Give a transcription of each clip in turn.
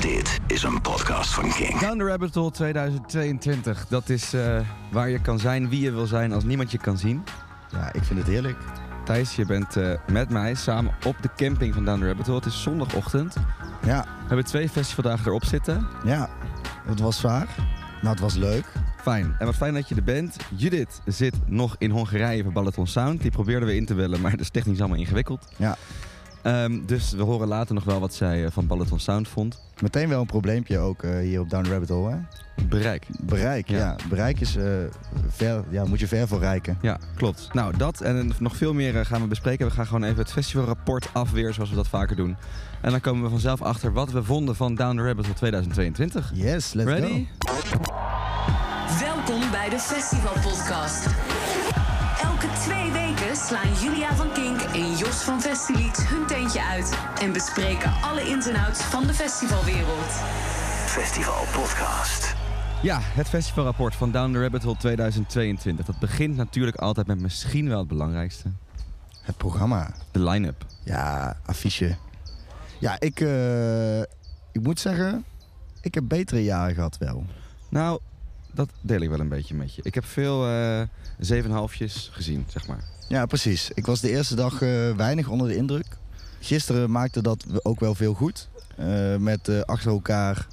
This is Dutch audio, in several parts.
Dit is een podcast van King. Down the Rabbit Hole 2022. Dat is eh, waar je kan zijn, wie je wil zijn, als niemand je kan zien. Ja, ik vind het heerlijk. Thijs, je bent eh, met mij samen op de camping van Down the Rabbit Hole. Het is zondagochtend. Ja, We hebben twee festivaldagen erop zitten. ja. Het was zwaar. Nou, het was leuk. Fijn. En wat fijn dat je er bent. Judith zit nog in Hongarije voor Balaton Sound. Die probeerden we in te bellen, maar dat is technisch allemaal ingewikkeld. Ja. Ehm, dus we horen later nog wel wat zij eh, van Balaton Sound vond. Meteen wel een probleempje ook eh, hier op Down the Rabbit Hole, hè? Bereik. Bereik, ja. Ja. Bereik is eh, ver, ja, moet je ver voor reiken. Ja, klopt. Nou, dat en nog veel meer eh, gaan we bespreken. We gaan gewoon even het festivalrapport af weer, zoals we dat vaker doen. En dan komen we vanzelf achter wat we vonden van Down the Rabbit Hole 2022. Yes, let's Ready? Welkom bij de Festival Podcast. Elke twee weken slaan Julia van Kink en Jos van Festilied hun tentje uit en bespreken alle ins en outs van de festivalwereld. Festival Podcast. Ja, het festivalrapport van Down the Rabbit Hole 2022. Dat begint natuurlijk altijd met misschien wel het belangrijkste. go. Het programma. De line-up. Ja, affiche. Ja, ik, eh, ik moet zeggen, ik heb betere jaren gehad wel. Nou, dat deel ik wel een beetje met je. Ik heb veel zevenhalfjes gezien, zeg maar. Ja, precies. Ik was de eerste dag eh, weinig onder de indruk. Gisteren maakte dat we ook wel veel goed. Eh, met eh, achter elkaar,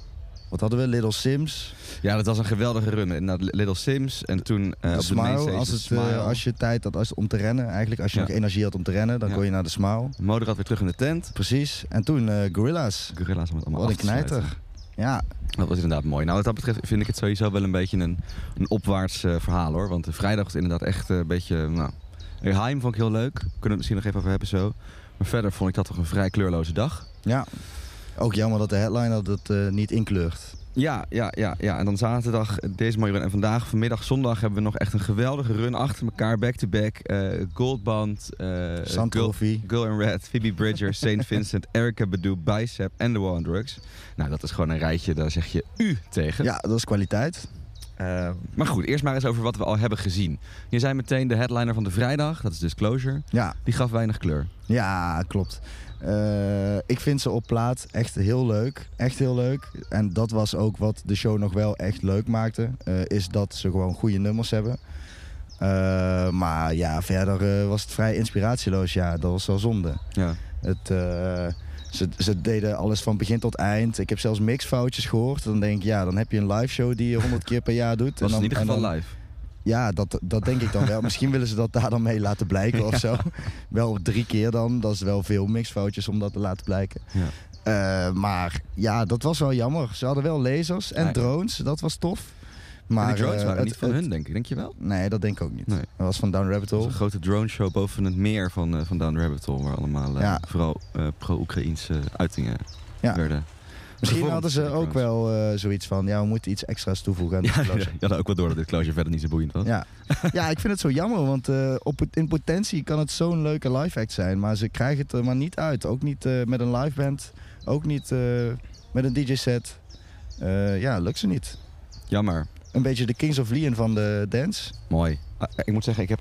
wat hadden we? Little Sims. Ja, dat was een geweldige run. Inderdaad, Little Sims en toen eh de op de main smile, stage als, de het, eh, Smile. als je tijd had als, om te rennen. Eigenlijk als je Ja. nog energie had om te rennen, dan Ja. kon je naar de smile. Moderat weer terug in de tent. Precies. En toen eh, Gorilla's. Gorilla's om het allemaal Wat een af te sluiten. knijter. Ja, Dat was inderdaad mooi. Nou, wat dat betreft vind ik het sowieso wel een beetje een, een opwaarts eh, verhaal hoor. Want de vrijdag was inderdaad echt eh, een beetje. Nou, Heim vond ik heel leuk. Kunnen we het misschien nog even over hebben zo. Maar verder vond ik dat toch een vrij kleurloze dag. ja. Ook jammer dat de headliner dat eh, niet inkleurt. Ja, ja, ja, ja. En dan zaterdag eh, deze mooie run. En vandaag, vanmiddag, zondag hebben we nog echt een geweldige run achter elkaar. Back-to-back. eh Goldband. eh Sand Girl, Trophy. Girl in Red. Phoebe Bridger. St. Vincent. Erica Badu. Bicep. En The War on Drugs. Nou, dat is gewoon een rijtje. Daar zeg je u tegen. Ja, dat is kwaliteit. Ehm, Eh, maar goed, eerst maar eens over wat we al hebben gezien. Je zei meteen de headliner van de vrijdag, dat is Disclosure. Ja, Die gaf weinig kleur. Ja, klopt. Eh, ik vind ze op plaat echt heel leuk. Echt heel leuk. En dat was ook wat de show nog wel echt leuk maakte. eh, is dat ze gewoon goede nummers hebben. Eh, maar ja, verder eh, was het vrij inspiratieloos. Ja, dat was wel zonde. Ja. Het, eh, ze, ze deden alles van begin tot eind. Ik heb zelfs mixfoutjes gehoord. Dan denk ik, ja, dan heb je een live show die je honderd keer per jaar doet. Het was en dan, in ieder en geval dan- live. ja, dat, dat denk ik dan wel. Misschien willen ze dat daar dan mee laten blijken of zo. Wel drie keer dan. Dat is wel veel mixfoutjes om dat te laten blijken. Ja. Eh, maar ja, dat was wel jammer. Ze hadden wel lasers en Nee. drones. Dat was tof. Maar Maar de drones eh, waren het- niet van het- hun, denk ik. Denk je wel? Nee, dat denk ik ook niet. Nee. Dat was van Down Rabbit Dat was Hole. een grote drone show boven het meer van, eh, van Down the Rabbit Hole, waar allemaal eh, Ja. vooral eh, pro-Oekraïnse uitingen Ja. werden. Misschien gevormd hadden door ze de ook drones. wel eh, zoiets van... Ja, we moeten iets extra's toevoegen aan de Ja, close-up. ja, je had ook wel door dat Disclosure verder niet zo boeiend was. Ja. ja, ik vind het zo jammer, want eh, op, het- in potentie kan het zo'n leuke live act zijn. Maar ze krijgen het er maar niet uit. Ook niet eh, met een live band, ook niet eh, met een DJ-set. Eh, ja, lukt ze niet. Jammer. Een beetje de Kings of Leon van de dance. Mooi. Ah, ik moet zeggen, ik heb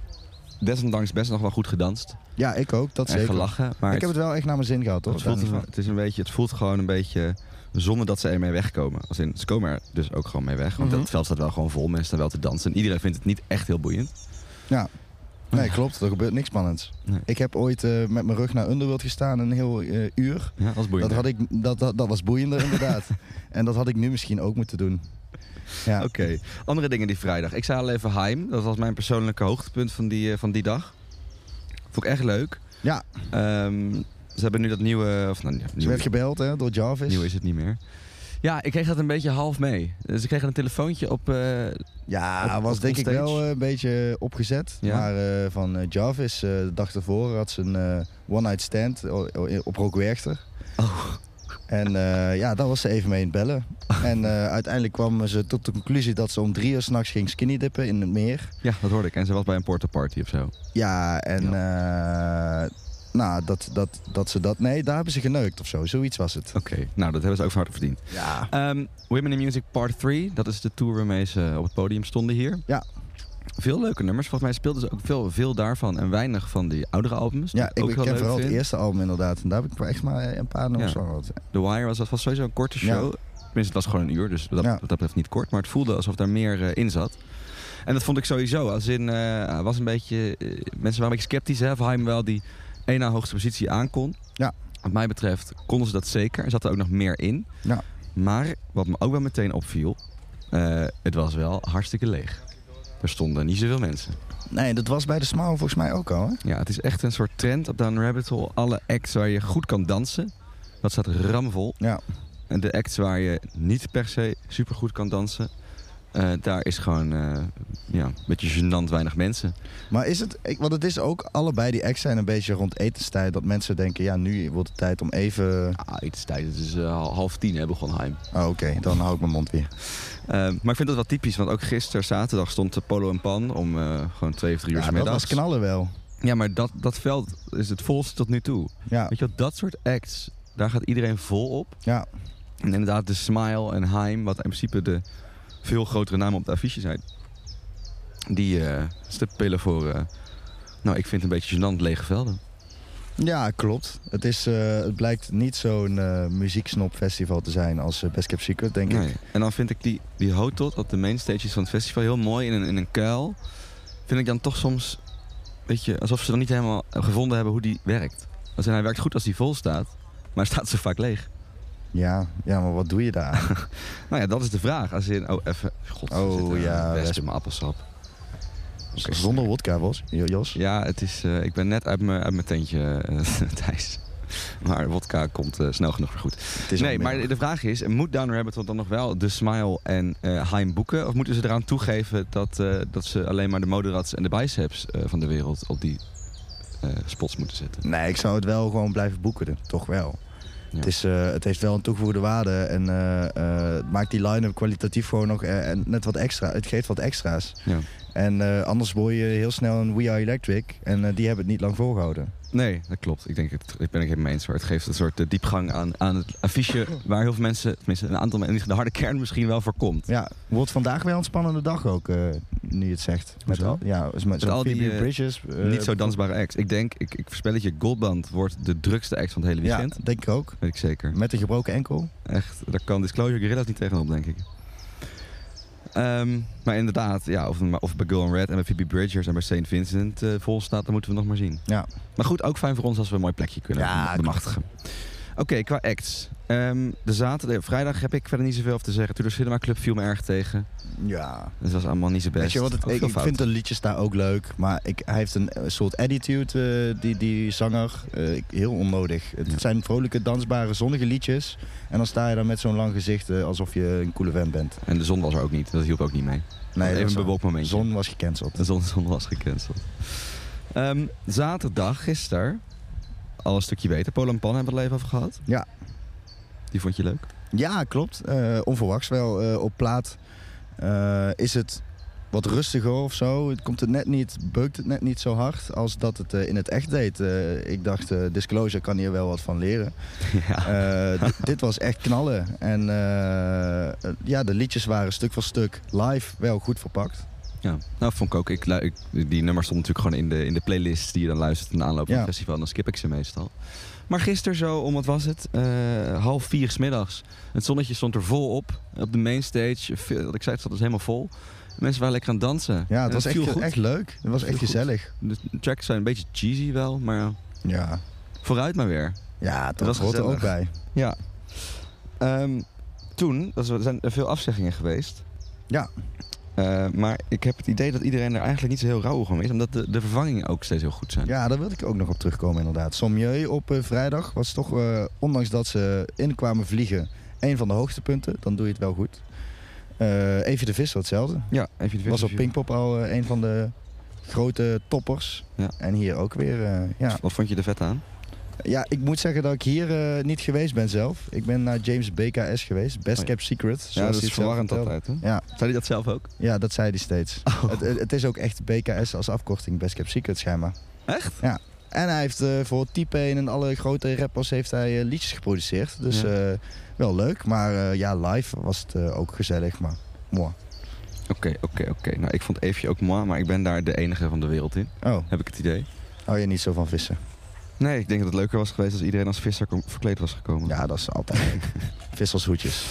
desondanks best nog wel goed gedanst Ja, ik ook, dat en zeker. gelachen. Maar ik heb het wel echt naar mijn zin gehad, hoor. Het voelt, Daar niet gewoon- van. het, is een beetje, het voelt gewoon een beetje zonder dat ze ermee wegkomen. Als in, ze komen er dus ook gewoon mee weg. Want Mhm. het veld staat wel gewoon vol. Mensen staan wel te dansen. En iedereen vindt het niet echt heel boeiend. Ja. Nee, klopt. Er gebeurt niks spannends. Nee. Ik heb ooit eh, met mijn rug naar Underworld gestaan een heel eh, uur. Ja, dat is boeiend. Dat, had ik, dat, dat, dat was boeiender, inderdaad. en dat had ik nu misschien ook moeten doen. Ja. Oké. Andere dingen die vrijdag. Ik zei al even Heim. Dat was mijn persoonlijke hoogtepunt van die, eh, van die dag. Vond ik echt leuk. Ja. Ehm, ze hebben nu dat nieuwe... Of, nou, ja, Ze nieuwe, werd gebeld hè, door Jarvis. nieuwe is het niet meer. Ja, ik kreeg dat een beetje half mee. Dus ik kreeg een telefoontje op... eh, Ja, Op- was op denk ik onstage. wel eh, een beetje opgezet. Ja. Maar eh, van eh, Jarvis, eh, de dag ervoor, had ze een eh, one-night stand o- o- op Rock Werchter. oh, En eh, ja, daar was ze even mee in het bellen. En eh, uiteindelijk kwam ze tot de conclusie dat ze om drie uur s'nachts ging skinnydippen in het meer. ja, dat hoorde ik. En ze was bij een porta party of zo. Ja, en eh, nou, dat, dat, dat ze dat... Nee, daar hebben ze geneukt of zo. Zoiets was het. Oké. Nou, dat hebben ze ook van harte verdiend. Ja. Ehm, Women in Music Part 3, dat is de tour waarmee ze op het podium stonden hier. Ja. veel leuke nummers. Volgens mij speelden ze ook veel, veel daarvan en weinig van die oudere albums. Ja, ik, ook ik heel ken leuk vooral het vind. eerste album inderdaad. En daar heb ik echt maar een paar nummers Ja. van gehad. The Wire was, dat was sowieso een Ja. korte show. Tenminste, het was gewoon een uur, dus dat, Ja. dat betreft niet kort. Maar het voelde alsof daar meer eh, in zat. En dat vond ik sowieso. Als in, eh, was een beetje, eh, mensen waren een beetje sceptisch hè, of hij hem wel die één na hoogste positie aankon. Ja. Wat mij betreft konden ze dat zeker. Er zat er ook nog meer in. Ja. Maar wat me ook wel meteen opviel, eh, het was wel hartstikke leeg. Er stonden niet zoveel mensen. Nee, dat was bij de Smile volgens mij ook al. Hè? Ja, het is echt een soort trend op Down Rabbit Hole. Alle acts waar je goed kan dansen, dat staat ramvol. Ja. En de acts waar je niet per se supergoed kan dansen, eh, daar is gewoon eh, ja, een beetje gênant weinig mensen. Maar is het, ik, want het is ook allebei die acts zijn een beetje rond etenstijd. Dat mensen denken, ja, nu wordt het tijd om even. Ah, etenstijd, het is half tien hè, begon Heim. Oh, oké, dan hou ik mijn mond weer. Ehm, maar ik vind dat wel typisch, want ook gisteren zaterdag stond de Polo en Pan om eh, gewoon twee of drie uur Ja, dat middags. was knallen wel. Ja, maar dat, dat veld is het volste tot nu toe. Ja, Weet je wel, dat soort acts, daar gaat iedereen vol op. ja. En inderdaad, de Smile en Heim, wat in principe de veel grotere namen op de affiche zijn, die eh spelen voor, eh, nou, ik vind een beetje gênant lege velden. ja klopt. Het, is, eh, het blijkt niet zo'n eh muzieksnopfestival te zijn als eh, Best Kept Secret, denk ik. Nee. En dan vind ik die, die hotot op de main stages van het festival heel mooi in een, in een kuil. Vind ik dan toch soms, weet je, alsof ze dan niet helemaal gevonden hebben hoe die werkt. Als in, hij werkt goed als hij vol staat, maar staat ze vaak leeg. Ja, ja, maar wat doe je daar? aan? Nou ja, dat is de vraag. Als in, oh, even, god, Oh, er zit een ja, wesp wesp. in mijn appelsap. Oké. Zonder wodka, Jos. Jo- Jos. Ja, het is, eh, ik ben net uit mijn, uit mijn tentje, eh, Thijs. Maar wodka komt eh, snel genoeg weer goed. Het is Nee, al maar middag. de vraag is, moet Down Rabbit Hole dan nog wel de Smile en eh Heim boeken? Of moeten ze eraan toegeven dat, eh, dat ze alleen maar de moderats en de biceps eh, van de wereld op die eh, spots moeten zetten? Nee, ik zou het wel gewoon blijven boeken, dan. toch wel. Ja. Het, is, eh, het heeft wel een toegevoegde waarde en eh, eh, het maakt die line-up kwalitatief gewoon nog eh, en net wat extra. Het geeft wat extra's. Ja. En eh, anders word je heel snel een We Are Electric en eh, die hebben het niet lang volgehouden. Nee, dat klopt. Ik denk het, ik ben het helemaal mee eens. Maar het geeft een soort eh, diepgang aan, aan het affiche waar heel veel mensen, tenminste een aantal mensen, de harde kern misschien wel voor komt. Ja, wordt vandaag wel een spannende dag ook, eh, nu je het zegt. Hoezo? al, ja, met, Met zo'n al die, Phoebe eh, Bridges. eh, Niet zo dansbare acts. Ik denk, ik, ik voorspel het je, Goldband wordt de drukste act van het hele Ja, weekend. denk ik ook. Weet ik zeker. Met een gebroken enkel. Echt, daar kan Disclosure Gorilla's niet tegenop, denk ik. Ehm, maar inderdaad, ja, of, maar of bij Girl in Red en bij Phoebe Bridgers en bij St. Vincent eh, vol staat, dat moeten we nog maar zien. Ja. Maar goed, ook fijn voor ons als we een mooi plekje kunnen Ja, bemachtigen. Oké, qua acts. Ehm, de zaterdag, vrijdag heb ik verder niet zoveel over te zeggen. Tudor Cinema Club viel me erg tegen. Ja, Dus dat was allemaal niet zo best. Weet je wat het, Ook ik, veel ik fout. vind de liedjes daar ook leuk, maar ik, hij heeft een eh, soort attitude, eh, die, die zanger. Eh, ik- heel onnodig. Het Ja. zijn vrolijke, dansbare, zonnige liedjes. En dan sta je daar met zo'n lang gezicht eh, alsof je een coole vent bent. En de zon was er ook niet, dat hielp ook niet mee. dat Oh, Even is- een bewolkt De momentje. zon was gecanceld. De zon, zon was gecanceld. Ehm, zaterdag, gisteren, al een stukje beter. Polen en Pan hebben we het al even over gehad. Ja. Die vond je leuk? Ja, klopt. Eh, onverwachts wel. eh, op plaat eh, is het wat rustiger of zo. Het komt het net niet, beukt het net niet zo hard als dat het eh, in het echt deed. Eh, ik dacht, eh, Disclosure kan hier wel wat van leren. ja. Eh, di- dit was echt knallen. En eh, eh, ja, de liedjes waren stuk voor stuk live wel goed verpakt. ja. Nou, vond ik ook. Ik, lu- ik, die nummers stonden natuurlijk gewoon in de, in de playlist die je dan luistert in de aanloop van Ja. het festival. En dan skip ik ze meestal. Maar gisteren zo, om wat was het? Eh, half vier 's middags. Het zonnetje stond er vol op. Op de main stage. Veel- Wat ik zei, het zat dus helemaal vol. Mensen waren lekker aan het dansen. Ja, En het was viel echt, goed. echt leuk. Het was Viel echt goed. gezellig. De tracks zijn een beetje cheesy wel, maar Ja, vooruit maar weer. ja Dat was dat hoort er ook bij. Ja. Ehm, toen, dat is- er zijn er veel afzeggingen geweest. Ja. Eh, maar ik heb het idee dat iedereen er eigenlijk niet zo heel rauw om is. Omdat de, de vervangingen ook steeds heel goed zijn. Ja, daar wilde ik ook nog op terugkomen inderdaad. Sommieu op eh, vrijdag was toch, eh, ondanks dat ze inkwamen vliegen, een van de hoogtepunten. Dan doe je het wel goed. Eh even de Visser hetzelfde. Ja, even de Was op visie- Pinkpop al eh, een van de grote toppers. Ja. En hier ook weer. eh, ja. Wat vond je er vet aan? Ja, ik moet zeggen dat ik hier eh, niet geweest ben zelf. Ik ben naar James BKS geweest, Best Oh ja. Kept Secret. zoals hij het zelf vertelde. altijd. Oh. Hè? Ja. Zei hij dat zelf ook? Ja, dat zei hij steeds. Het, het, het is ook echt BKS als afkorting, Best Kept Secret schijnbaar. Echt? En hij heeft eh, voor T-Pain en alle grote rappers heeft hij eh, liedjes geproduceerd. Dus Ja. eh, wel leuk, maar eh, ja, live was het eh, ook gezellig, maar mooi. Oké, oké, oké. Nou, ik vond Eefje ook mooi, maar ik ben daar de enige van de wereld in. Oh, Heb ik het idee. hou je niet zo van vissen? Nee, ik denk dat het leuker was geweest als iedereen als visser kom- verkleed was gekomen. Ja, dat is altijd leuk. Vissershoedjes.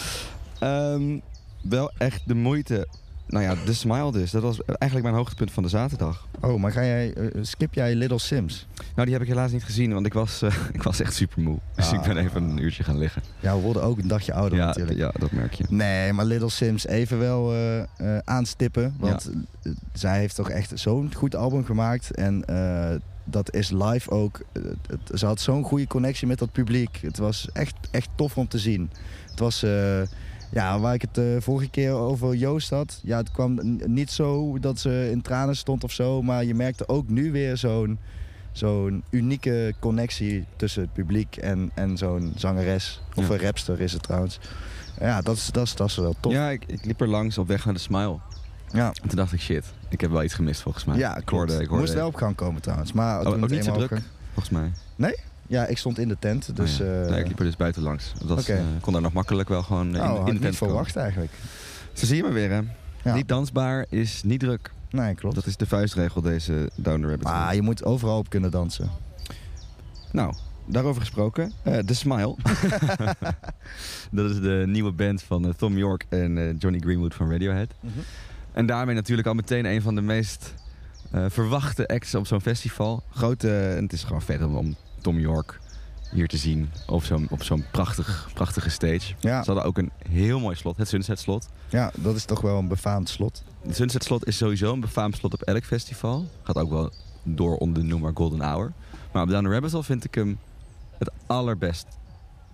Ehm, wel echt de moeite. Nou ja, de smile dus. Dat was eigenlijk mijn hoogtepunt van de zaterdag. Oh, maar ga jij, eh, skip jij Little Sims? Nou, die heb ik helaas niet gezien, want ik was, eh, ik was echt super moe. Dus Ah. ik ben even een uurtje gaan liggen. Ja, we worden ook een dagje ouder ja, natuurlijk. ja, dat merk je. Nee, maar Little Sims even wel eh, eh, aanstippen. Want eh, zij heeft toch echt zo'n goed album gemaakt. En eh, dat is live ook. eh, het- ze had zo'n goede connectie met dat publiek. Het was echt, echt tof om te zien. Het was. eh, ja, waar ik het eh, vorige keer over Joost had. Ja, het kwam n- niet zo dat ze in tranen stond of zo. Maar je merkte ook nu weer zo'n zo'n unieke connectie tussen het publiek en, en zo'n zangeres. Of Ja. een rapster is het trouwens. Ja, dat is, dat is, dat is wel tof. Ja, Ja, ik, ik liep er langs op weg naar de smile. ja. En toen dacht ik, shit, ik heb wel iets gemist volgens mij. ik klopt. hoorde, ik hoorde Moest wel op gang komen trouwens. Maar Oh, toen ook het niet zo eenmaal op druk? gang- Volgens mij. Ja, ik stond in de tent. Dus, Oh ja. eh, nee, ik liep er dus buiten langs. Dat Oké. eh, kon daar nog makkelijk wel gewoon eh, in, nou, in had de ik tent niet komen. verwacht eigenlijk. Zo zie je me weer, hè? Ja. Niet dansbaar is niet druk. Nee, klopt. Ah, Dat is de vuistregel, deze Down the Rabbit Maar Hole. je moet overal op kunnen dansen. Nou, daarover gesproken. eh The Smile. dat is de nieuwe band van eh, Tom York en eh, Johnny Greenwood van Radiohead. Mhm. En daarmee natuurlijk al meteen een van de meest eh, verwachte acts op zo'n festival. Grote, en het is gewoon vet om, om Tom York hier te zien op zo'n, op zo'n prachtig, prachtige stage. Ja, Ze hadden ook een heel mooi slot, het Sunset Slot. ja, dat is toch wel een befaamd slot. Het Sunset Slot is sowieso een befaamd slot op elk festival. Gaat ook wel door onder de noemer Golden Hour. Maar op Down the Rabbit Hole vind ik hem het allerbest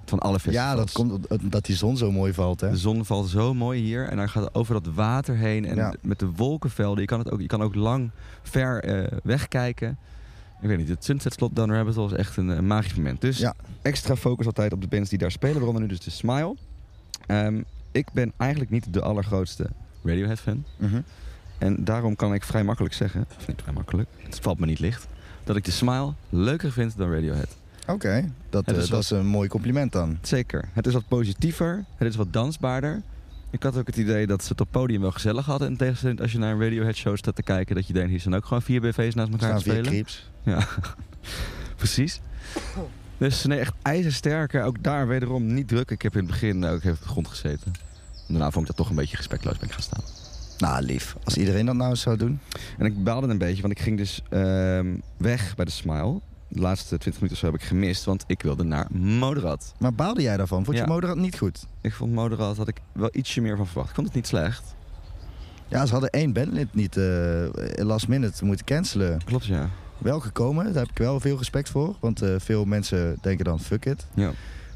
van alle festivals. Ja, Dus- dat komt dat- dat die zon zo mooi valt, hè? De zon valt zo mooi hier en hij gaat over dat water heen en Ja. met de wolkenvelden. Je kan, het ook, je kan ook lang ver eh, wegkijken. Ik weet niet, het Sunset Slot Down the Rabbit Hole is echt een, eh, magisch moment. Dus Ja. extra focus altijd op de bands die daar spelen, waaronder nu dus de Smile. Ehm, ik ben eigenlijk niet de allergrootste Radiohead fan. Mhm. En daarom kan ik vrij makkelijk zeggen, of niet vrij makkelijk, het valt me niet licht, dat ik de Smile leuker vind dan Radiohead. Oké, dat, Het eh, is dat is een mooi compliment dan. Zeker. Het is wat positiever, het is wat dansbaarder. Ik had ook het idee dat ze het op podium wel gezellig hadden. In tegenstelling als je naar een Radiohead show staat te kijken, dat je denkt, hier zijn ook gewoon vier BV's naast Er elkaar te staan vier spelen. creeps. Precies. Dus nee, echt ijzersterker. Ook daar wederom niet druk. Ik heb in het begin ook even op de grond gezeten. Daarna vond ik dat toch een beetje respectloos ben ik gaan staan. Nou, lief. Als iedereen dat nou eens zou doen. En ik baalde een beetje, want ik ging dus ehm, weg bij de Smile. De laatste 20 minuten of zo heb ik gemist, want ik wilde naar Moderat. Maar baalde jij daarvan? Vond je Ja. Moderat niet goed? Ik vond Moderat, had ik wel ietsje meer van verwacht. Ik vond het niet slecht. Ja, ze hadden één bandlid niet eh, last minute moeten cancelen. Klopt, ja. Wel gekomen, daar heb ik wel veel respect voor. Want eh, veel mensen denken dan fuck it. Ja.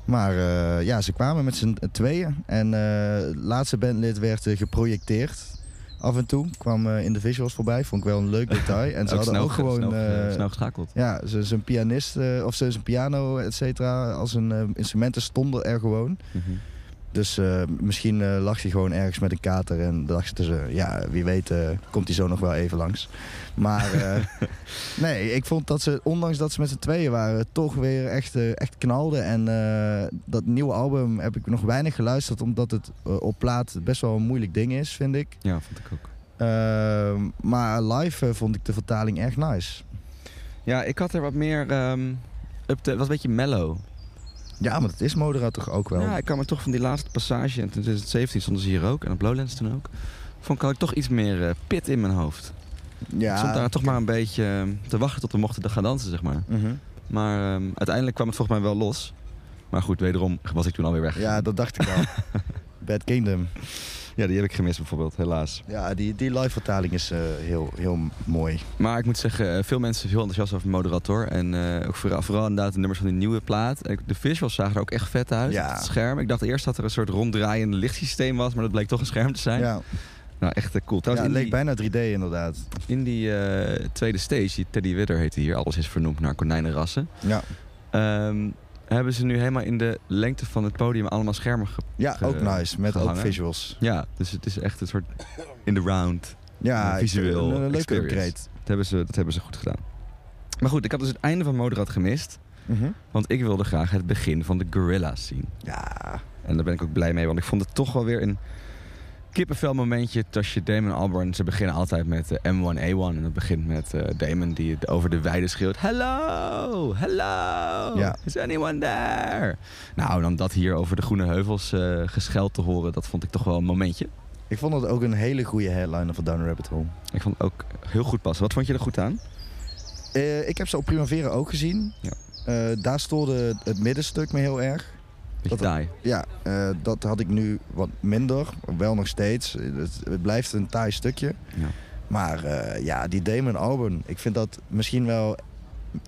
Maar eh, ja, ze kwamen met z'n tweeën. En eh, het laatste bandlid werd eh, geprojecteerd. Af en toe kwam eh, in de visuals voorbij. Vond ik wel een leuk detail. En ze hadden Ook snel ook ge- gewoon... Snel, ge- eh, snel geschakeld. Ja, ze is een pianist, eh, of ze is een piano, et cetera. Als een eh, instrumenten stonden er gewoon. Mhm. Dus eh, misschien eh, lag hij gewoon ergens met een kater en dacht ze tussen, ja, wie weet eh, komt hij zo nog wel even langs. Maar eh, nee, ik vond dat ze, ondanks dat ze met z'n tweeën waren, toch weer echt, eh, echt knalden. En eh, dat nieuwe album heb ik nog weinig geluisterd, omdat het eh, op plaat best wel een moeilijk ding is, vind ik. Ja, vond ik ook. Ehm, maar live eh, vond ik de vertaling erg nice. Ja, ik had er wat meer... ehm up te, was een beetje mellow. Ja, maar dat is Modera toch ook wel. Ja, ik kan me toch van die laatste passage in 2017 stonden ze hier ook. En op Lowlands toen ook. Vond ik had ik toch iets meer eh, pit in mijn hoofd. Ja, Ik stond daar toch maar een beetje eh, te wachten tot we mochten gaan dansen, zeg maar. Mhm. Maar ehm, uiteindelijk kwam het volgens mij wel los. Maar goed, wederom was ik toen alweer weg. Ja, dat dacht ik al. Bad Kingdom. Ja, die heb ik gemist bijvoorbeeld, helaas. Ja, die, die live vertaling is eh, heel, heel mooi. Maar ik moet zeggen, eh, veel mensen zijn heel enthousiast over Moderator. En eh, ook vooral, vooral inderdaad de nummers van die nieuwe plaat. En ik- De visuals zagen er ook echt vet uit. Ja. op Het scherm. Ik dacht eerst dat er een soort ronddraaiend lichtsysteem was. Maar dat bleek toch een scherm te zijn. Ja, Nou, echt eh, cool. ja, het Trouwens, leek in die, bijna 3D inderdaad. in die eh, tweede stage, die Teddy Widder heette hier. Alles is vernoemd naar konijnenrassen. Ja, Ehm, hebben ze nu helemaal in de lengte van het podium allemaal schermen ge... ja Ge- ook nice, met ook gehangen. visuals. Ja, dus het is echt een soort in the round Ja, Een ik- visueel een, een leuke experience. upgrade. Dat hebben, ze, dat hebben ze goed gedaan. Maar goed, ik had dus het einde van Moderat gemist. Mhm. Want ik wilde graag het begin van de Gorilla's zien. Ja, En daar ben ik ook blij mee, want ik vond het toch wel weer een kippenvel momentje tussen Damon en Albarn. Ze beginnen altijd met eh, M1A1. En dat begint met eh, Damon die het over de weide schreeuwt. Hello, hello, Ja. is anyone there? Nou, dan dat hier over de groene heuvels eh, gescheld te horen, dat vond ik toch wel een momentje. Ik vond dat ook een hele goede headliner van Down the Rabbit Hole. Ik vond het ook heel goed passen. Wat vond je er goed aan? Eh, ik heb ze op Primavera ook gezien. Ja. Eh, daar stoorde het middenstuk me heel erg. Beetje Dat- taai. Ja, eh, dat had ik nu wat minder. Wel nog steeds. Het, het blijft een taai stukje. Ja. Maar eh, ja, die Damon Albarn. Ik vind dat misschien wel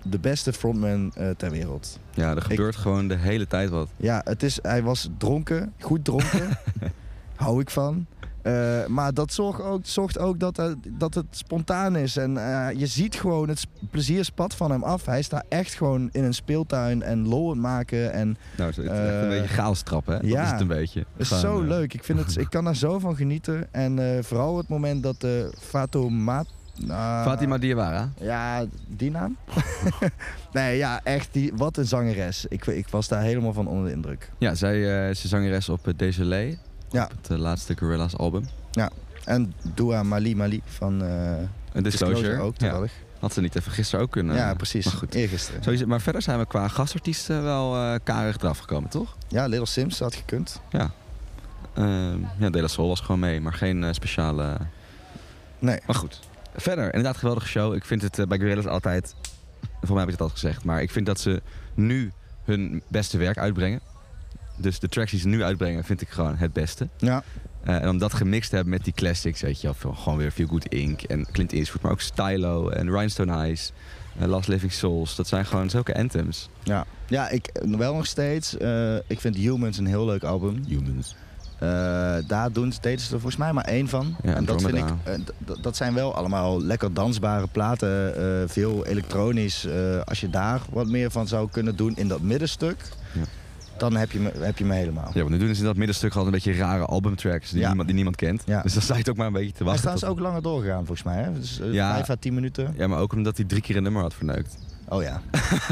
de beste frontman eh, ter wereld. Ja, er gebeurt gewoon de hele tijd wat. Ja, het is, hij was dronken. Goed dronken. Hou ik van. Eh, maar dat zorgt ook, zorgt ook dat, eh, dat het spontaan is. En eh, je ziet gewoon het s- plezier spat van hem af. Hij staat echt gewoon in een speeltuin en lol aan het maken. En Nou, het is echt een Eh, beetje chaos trap, hè? Dat ja. is het een beetje. Het is Gewoon, zo eh, leuk. Ik, vind het, ik kan daar zo van genieten. En eh, vooral het moment dat eh Fatoma... nou, Fatima Diawara. Ja, die naam? nee, ja, echt. Die, wat een zangeres. Ik, ik was daar helemaal van onder de indruk. Ja, zij eh, is de zangeres op uh, Désolé. Ja. Op het eh, laatste Gorillaz album. En Dua Mali Mali van eh Een disclosure. Disclosure ook, ja. toevallig. Had ze niet even gisteren ook Ja, kunnen. precies. Maar goed. Eergisteren. Zo is het. Maar verder zijn we qua gastartiesten wel eh, karig eraf gekomen, toch? Ja, Little Sims had gekund. Ehm ja, De La Soul was gewoon mee, maar geen eh, speciale... Nee. Maar goed. Verder, inderdaad, geweldige show. Ik vind het eh, bij Gorillaz altijd... Voor mij heb ik het al gezegd, maar ik vind dat ze nu hun beste werk uitbrengen. Dus de tracks die ze nu uitbrengen vind ik gewoon het beste. Ja, Eh, en om dat gemixt te hebben met die classics, weet je wel, van gewoon weer Feel Good Inc. en Clint Eastwood, maar ook Stylo en Rhinestone Eyes, eh, Last Living Souls. Dat zijn gewoon zulke anthems. ja. ja ik, wel nog steeds. eh, ik vind Humans een heel leuk album. Humans. Eh, daar doen, deden ze er volgens mij maar één van. Ja, en dat vind ik. Andromeda. eh, d- d- dat zijn wel allemaal lekker dansbare platen. eh, veel elektronisch. Eh, als je daar wat meer van zou kunnen doen in dat middenstuk. Ja. Dan heb je, me, heb je me helemaal. Ja, want nu doen ze in dat middenstuk al een beetje rare albumtracks die, Ja. niemand, die niemand kent. Ja. Dus dan sta je het ook maar een beetje te Hij is wachten. trouwens tot- ook langer doorgegaan volgens mij. Hè? Dus, eh, Ja. Vijf à tien minuten. Ja, maar ook omdat hij drie keer een nummer had verneukt. Oh ja,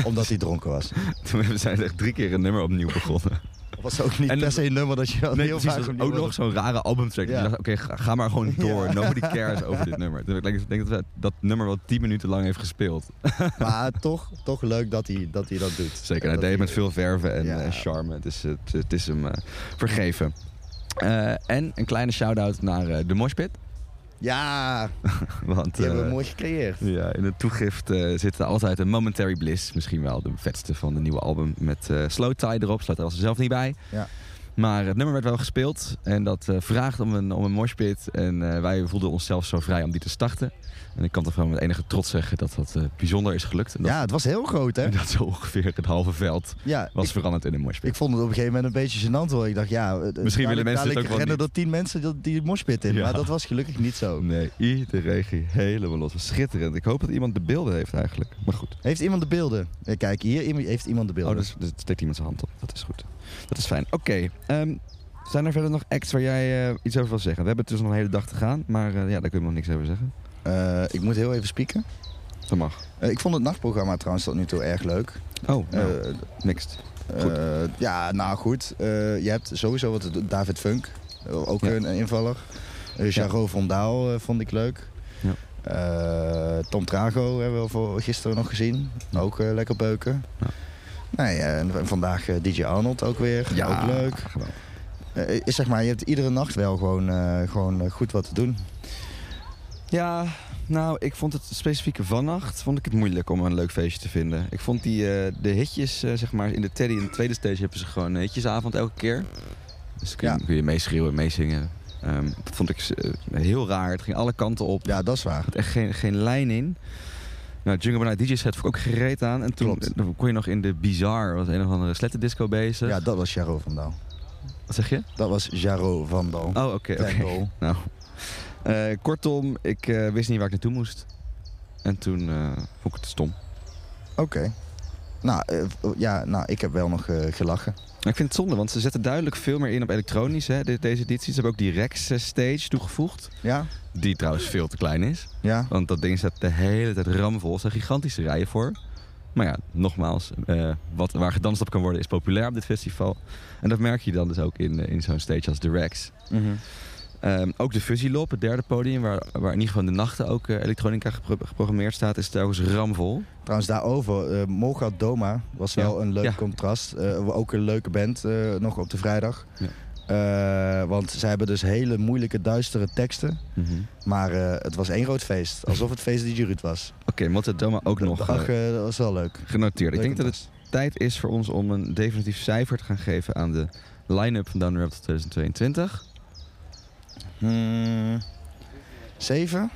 omdat hij dronken was. We zijn echt drie keer een nummer opnieuw begonnen. Dat was ook niet En- per se een nummer dat je wel heel precies. vaak dat was opnieuw ook hoort. nog zo'n rare albumtrack. Ja. Dus ik dacht, oké, ga, ga maar gewoon door. Nobody cares over dit nummer. Dus ik denk dat we dat nummer wel tien minuten lang heeft gespeeld. Maar toch, toch leuk dat hij dat, hij dat doet. Zeker, Dat en hij deed het hij- met veel verven en Ja. eh, charme. Het is, het, het is hem eh, vergeven. Eh, en een kleine shout-out naar eh, de Moshpit. Ja, Want die hebben eh, we mooi gecreëerd. ja, in de toegift eh, zit er altijd een Momentary Bliss. Misschien wel de vetste van de nieuwe album. Met eh, Slow Tie erop. Staat er als zelf niet bij. Ja. Maar het nummer werd wel gespeeld. En dat eh, vraagt om een, om een moshpit. En eh, wij voelden onszelf zo vrij om die te starten. En ik kan toch wel met enige trots zeggen dat dat eh, bijzonder is gelukt. En dat, Ja, het was heel groot hè. en dat zo ongeveer het halve veld Ja, was ik- veranderd in een moshpit. Ik vond het op een gegeven moment een beetje gênant hoor. Ik dacht, ja, eh, Misschien willen mensen het dadelijk ook wel rennen niet. er tien mensen die, die moshpit in. Ja. Maar dat was gelukkig niet zo. Nee, iedereen ging helemaal los. Schitterend. Ik hoop dat iemand de beelden heeft eigenlijk. Maar goed. Heeft iemand de beelden? Eh, Kijk, hier iem- heeft iemand de Oh, beelden. dus, dus steekt iemand zijn hand op. Dat is goed. Dat is fijn. Oké. ehm, zijn er verder nog acts waar jij eh, iets over wil zeggen? We hebben het dus nog een hele dag te gaan. Maar eh, ja, daar kun je nog niks over zeggen. Eh, ik moet heel even spieken. Dat mag. Eh, ik vond het nachtprogramma trouwens tot nu toe erg leuk. Oh, Eh, nou, next. Goed. eh, ja, nou goed. Eh, je hebt sowieso wat te doen. David Funk, eh, ook Ja. een invaller. Eh Jarro van Daal eh, vond ik leuk. Ja. Eh, Tom Trago hebben we voor gisteren nog gezien. Ja. Ook eh, lekker beuken. Ja. Nee, eh, en vandaag eh, DJ Arnold ook weer. Ja. Ook leuk. Gewoon. Eh, is zeg maar, je hebt iedere nacht wel gewoon, eh, gewoon eh, goed wat te doen. Ja, nou, ik vond het specifieke vannacht vond ik het moeilijk om een leuk feestje te vinden. Ik vond die, eh, de hitjes, eh, zeg maar, in de Teddy en de tweede stage hebben ze gewoon een hitjesavond elke keer. Dus kun je, Ja. kun je meeschreeuwen, meezingen. Ehm, dat vond ik eh, heel raar. Het ging alle kanten op. Er Ja, dat is waar. had echt geen, geen lijn in. Nou, Jungle Night DJ set vond ik ook gereed aan. En toen Klopt. dan kon je nog in de Bizarre, was een of andere slettendisco bezig. Ja, dat was Jaro van Dal. Wat zeg je? Dat was Jaro van Dal. Oh, oké. oké. Van Dal. Nou, eh, kortom, ik eh, wist niet waar ik naartoe moest. En toen eh, vond ik het stom. Oké. Nou, eh, ja, nou, ik heb wel nog eh, gelachen. Maar ik vind het zonde, want ze zetten duidelijk veel meer in op elektronisch, hè, de- deze editie. Ze hebben ook die Rex eh, stage toegevoegd, Ja? die trouwens veel te klein is. Ja? Want dat ding staat de hele tijd ramvol. Er zijn gigantische rijen voor. Maar ja, nogmaals, eh, wat, waar gedanst op kan worden is populair op dit festival. En dat merk je dan dus ook in, eh, in zo'n stage als de Rex. Ehm, ook de Fuzzy Lop, het derde podium, waar, waar in ieder geval in de nachten ook eh, elektronica gepro- geprogrammeerd staat, is trouwens ramvol. Trouwens, daarover, eh Mocha Doma was Ja. wel een leuk Ja. contrast. Eh, ook een leuke band eh, nog op de vrijdag. Ja. Eh, want zij hebben dus hele moeilijke, duistere teksten. Maar eh, het was één groot feest. Alsof het feest die Ruud was. Oké, Motadoma ook nog eh, Ach, eh, dat was wel leuk. genoteerd. Ik Leuk denk dat het contrast. tijd is voor ons om een definitief cijfer te gaan geven aan de line-up van Down the Rabbit 2022. Hmm, zeven?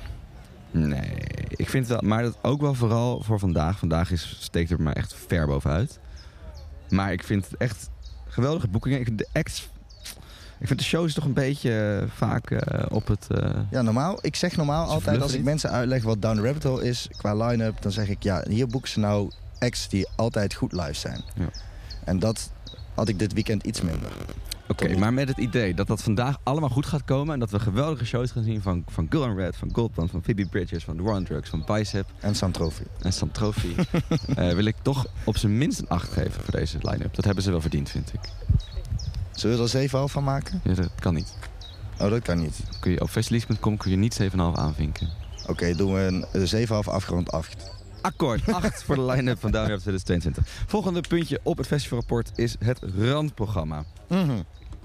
Nee, ik vind dat, maar dat ook wel vooral voor vandaag. Vandaag is, steekt er bij mij echt ver bovenuit. Maar ik vind het echt geweldige boekingen. Ik vind de acts, ik vind de shows toch een beetje eh, vaak eh, op het. eh, Ja, normaal. Ik zeg normaal Ze altijd als ik bluffen mensen uitleg wat Down the Rabbit Hole is qua line-up, dan zeg ik ja, hier boeken ze nou acts die altijd goed live zijn. Ja. En dat had ik dit weekend iets minder. Oké, maar met het idee dat dat vandaag allemaal goed gaat komen en dat we geweldige shows gaan zien van, van Girl and Red, van Goldband, van Phoebe Bridgers, van The War on Drugs, van Bicep En Sam Trophy. en Sam Trophy, eh, wil ik toch op zijn minst een 8 geven voor deze line-up. Dat hebben ze wel verdiend, vind ik. Zullen we er zeven al van maken? Ja, dat kan niet. Oh, dat kan niet. Kun je op festileaks.com kun je niet 7,5 aanvinken. Oké, doen we een eh, zeven half afgerond acht. Akkoord, 8 voor de line-up van Down Rap 2022. Volgende puntje op het festivalrapport is het randprogramma.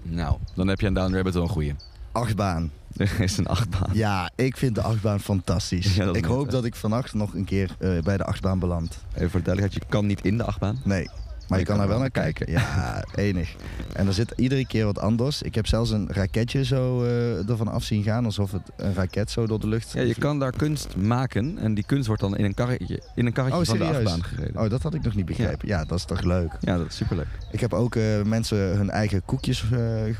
Nou, dan heb je aan Down Rabbit wel een goeie. Achtbaan. Er is een achtbaan. Ja, ik vind de achtbaan fantastisch. Ja, dat ik net, hoop hè. dat ik vannacht nog een keer eh, bij de achtbaan beland. Even voor de duidelijkheid, je kan niet in de achtbaan. Nee. Maar je kan er wel naar kijken. Ja, enig. En er zit iedere keer wat anders. Ik heb zelfs een raketje zo eh, ervan af zien gaan. Alsof het een raket zo door de lucht... Ja, je kan daar kunst maken en die kunst wordt dan in een karretje, in een karretje Oh, van de serieus? achtbaan gereden. Oh, dat had ik nog niet begrepen. Ja, dat is toch leuk. Ja, dat is superleuk. Ik heb ook eh, mensen hun eigen koekjes eh, eh,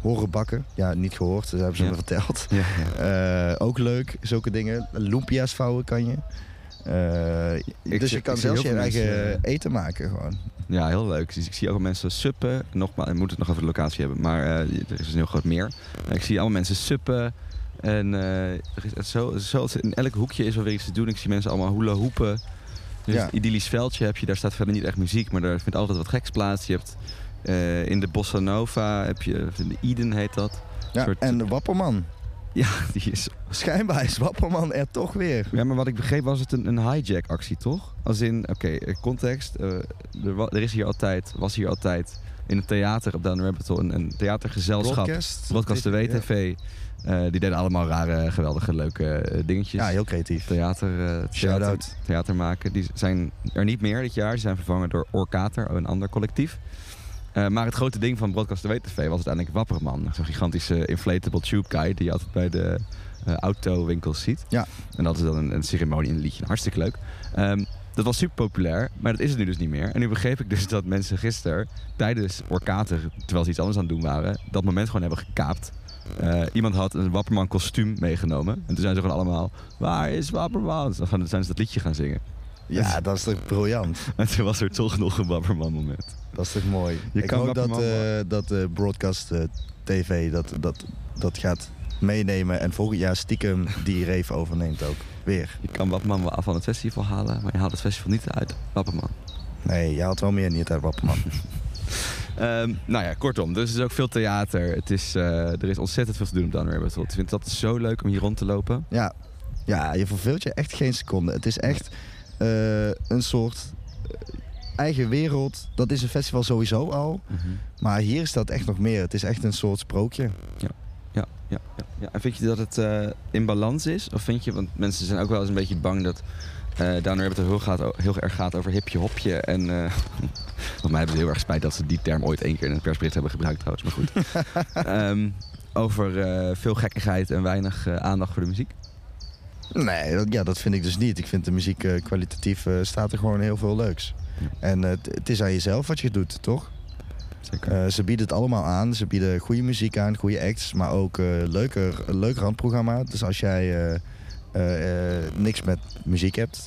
horen bakken. Ja, niet gehoord. Dat hebben ze Ja. me verteld. Ja, ja. Eh, ook leuk, zulke dingen. Lumpia's vouwen kan je. Eh, dus zie- je kan ik zie zelfs heel je veel eigen mensen, eh, eten maken gewoon. Ja, heel leuk. Dus Ik zie ook mensen suppen. Nogmaals, ik moet het nog even de locatie hebben, maar eh, er is een heel groot meer. Ik zie allemaal mensen suppen. En eh, er is echt zo, zo, in elk hoekje is wel weer iets te doen. Ik zie mensen allemaal hula hoepen. Dus Ja. een idyllisch veldje heb je. Daar staat verder niet echt muziek, maar daar vindt altijd wat geks plaats. Je hebt eh, in de Bossa Nova, heb je, of in de Eden heet dat. Ja, soort- En de Wapperman. Ja, die is... Schijnbaar is Wapperman er toch weer. Ja, maar wat ik begreep was het een, een hijack actie, toch? Als in, oké, eh, context. eh, er, wa- er is hier altijd, was hier altijd in het theater op Down the Rabbit Hole een, een theatergezelschap. Broadcast. Broadcast de Ja. WTV. eh, die deden allemaal rare, geweldige, leuke eh, dingetjes. Ja, heel creatief. Theater, eh, theater, Shout-out. theater maken. Die zijn er niet meer dit jaar. Die zijn vervangen door Orkater, een ander collectief. Eh, maar het grote ding van Broadcast de WTV was uiteindelijk Wapperman. Zo'n gigantische inflatable tube guy die je altijd bij de eh, autowinkels ziet. Ja. En dat is dan een, een ceremonie en een liedje. Nou, Hartstikke leuk. Ehm, dat was super populair, maar dat is het nu dus niet meer. En nu begreep ik dus dat mensen gisteren tijdens Orkater, terwijl ze iets anders aan het doen waren, dat moment gewoon hebben gekaapt. Eh, iemand had een Wapperman kostuum meegenomen. En toen zijn ze gewoon allemaal, waar is Wapperman? Dus Dan gaan- zijn ze dat liedje gaan zingen. Ja, dat is toch briljant. En toen was er toch nog een Wapperman moment. Dat is toch mooi. Je Ik kan hoop dat, Wapperman eh, dat eh, Broadcast eh, TV dat, dat, dat gaat meenemen. En volgend jaar stiekem die rave overneemt ook. Weer. Je kan Wapperman wel af van het festival halen, maar je haalt het festival niet uit Wapperman. Nee, jij had wel meer niet uit Wapperman. Ehm, nou ja, kortom. Dus er is ook veel theater. Het is, eh, er is ontzettend veel te doen op Down Rabbit Hole. Ik vind dat zo leuk om hier rond te lopen. Ja. ja, je verveelt je echt geen seconde. Het is echt eh, een soort eh, eigen wereld. Dat is een festival sowieso al. Maar hier is dat echt nog meer. Het is echt een soort sprookje. Ja, ja, ja, ja. En vind je dat het eh, in balans is? Of vind je, want mensen zijn ook wel eens een beetje bang dat eh Down Rabbit Hole heel, gaat, o- heel erg gaat over hipje hopje. En eh, want mij hebben ze heel erg spijt dat ze die term ooit één keer in het persbericht hebben gebruikt trouwens. Maar goed. Ehm, over eh, veel gekkigheid en weinig eh, aandacht voor de muziek. Nee, dat, ja, dat vind ik dus niet. Ik vind de muziek eh, kwalitatief eh, staat er gewoon heel veel leuks. Ja. En eh, het- het is aan jezelf wat je doet, toch? Zeker. Eh, ze bieden het allemaal aan. Ze bieden goede muziek aan, goede acts, maar ook eh leuker, een leuk randprogramma. Dus als jij eh, eh, eh, niks met muziek hebt,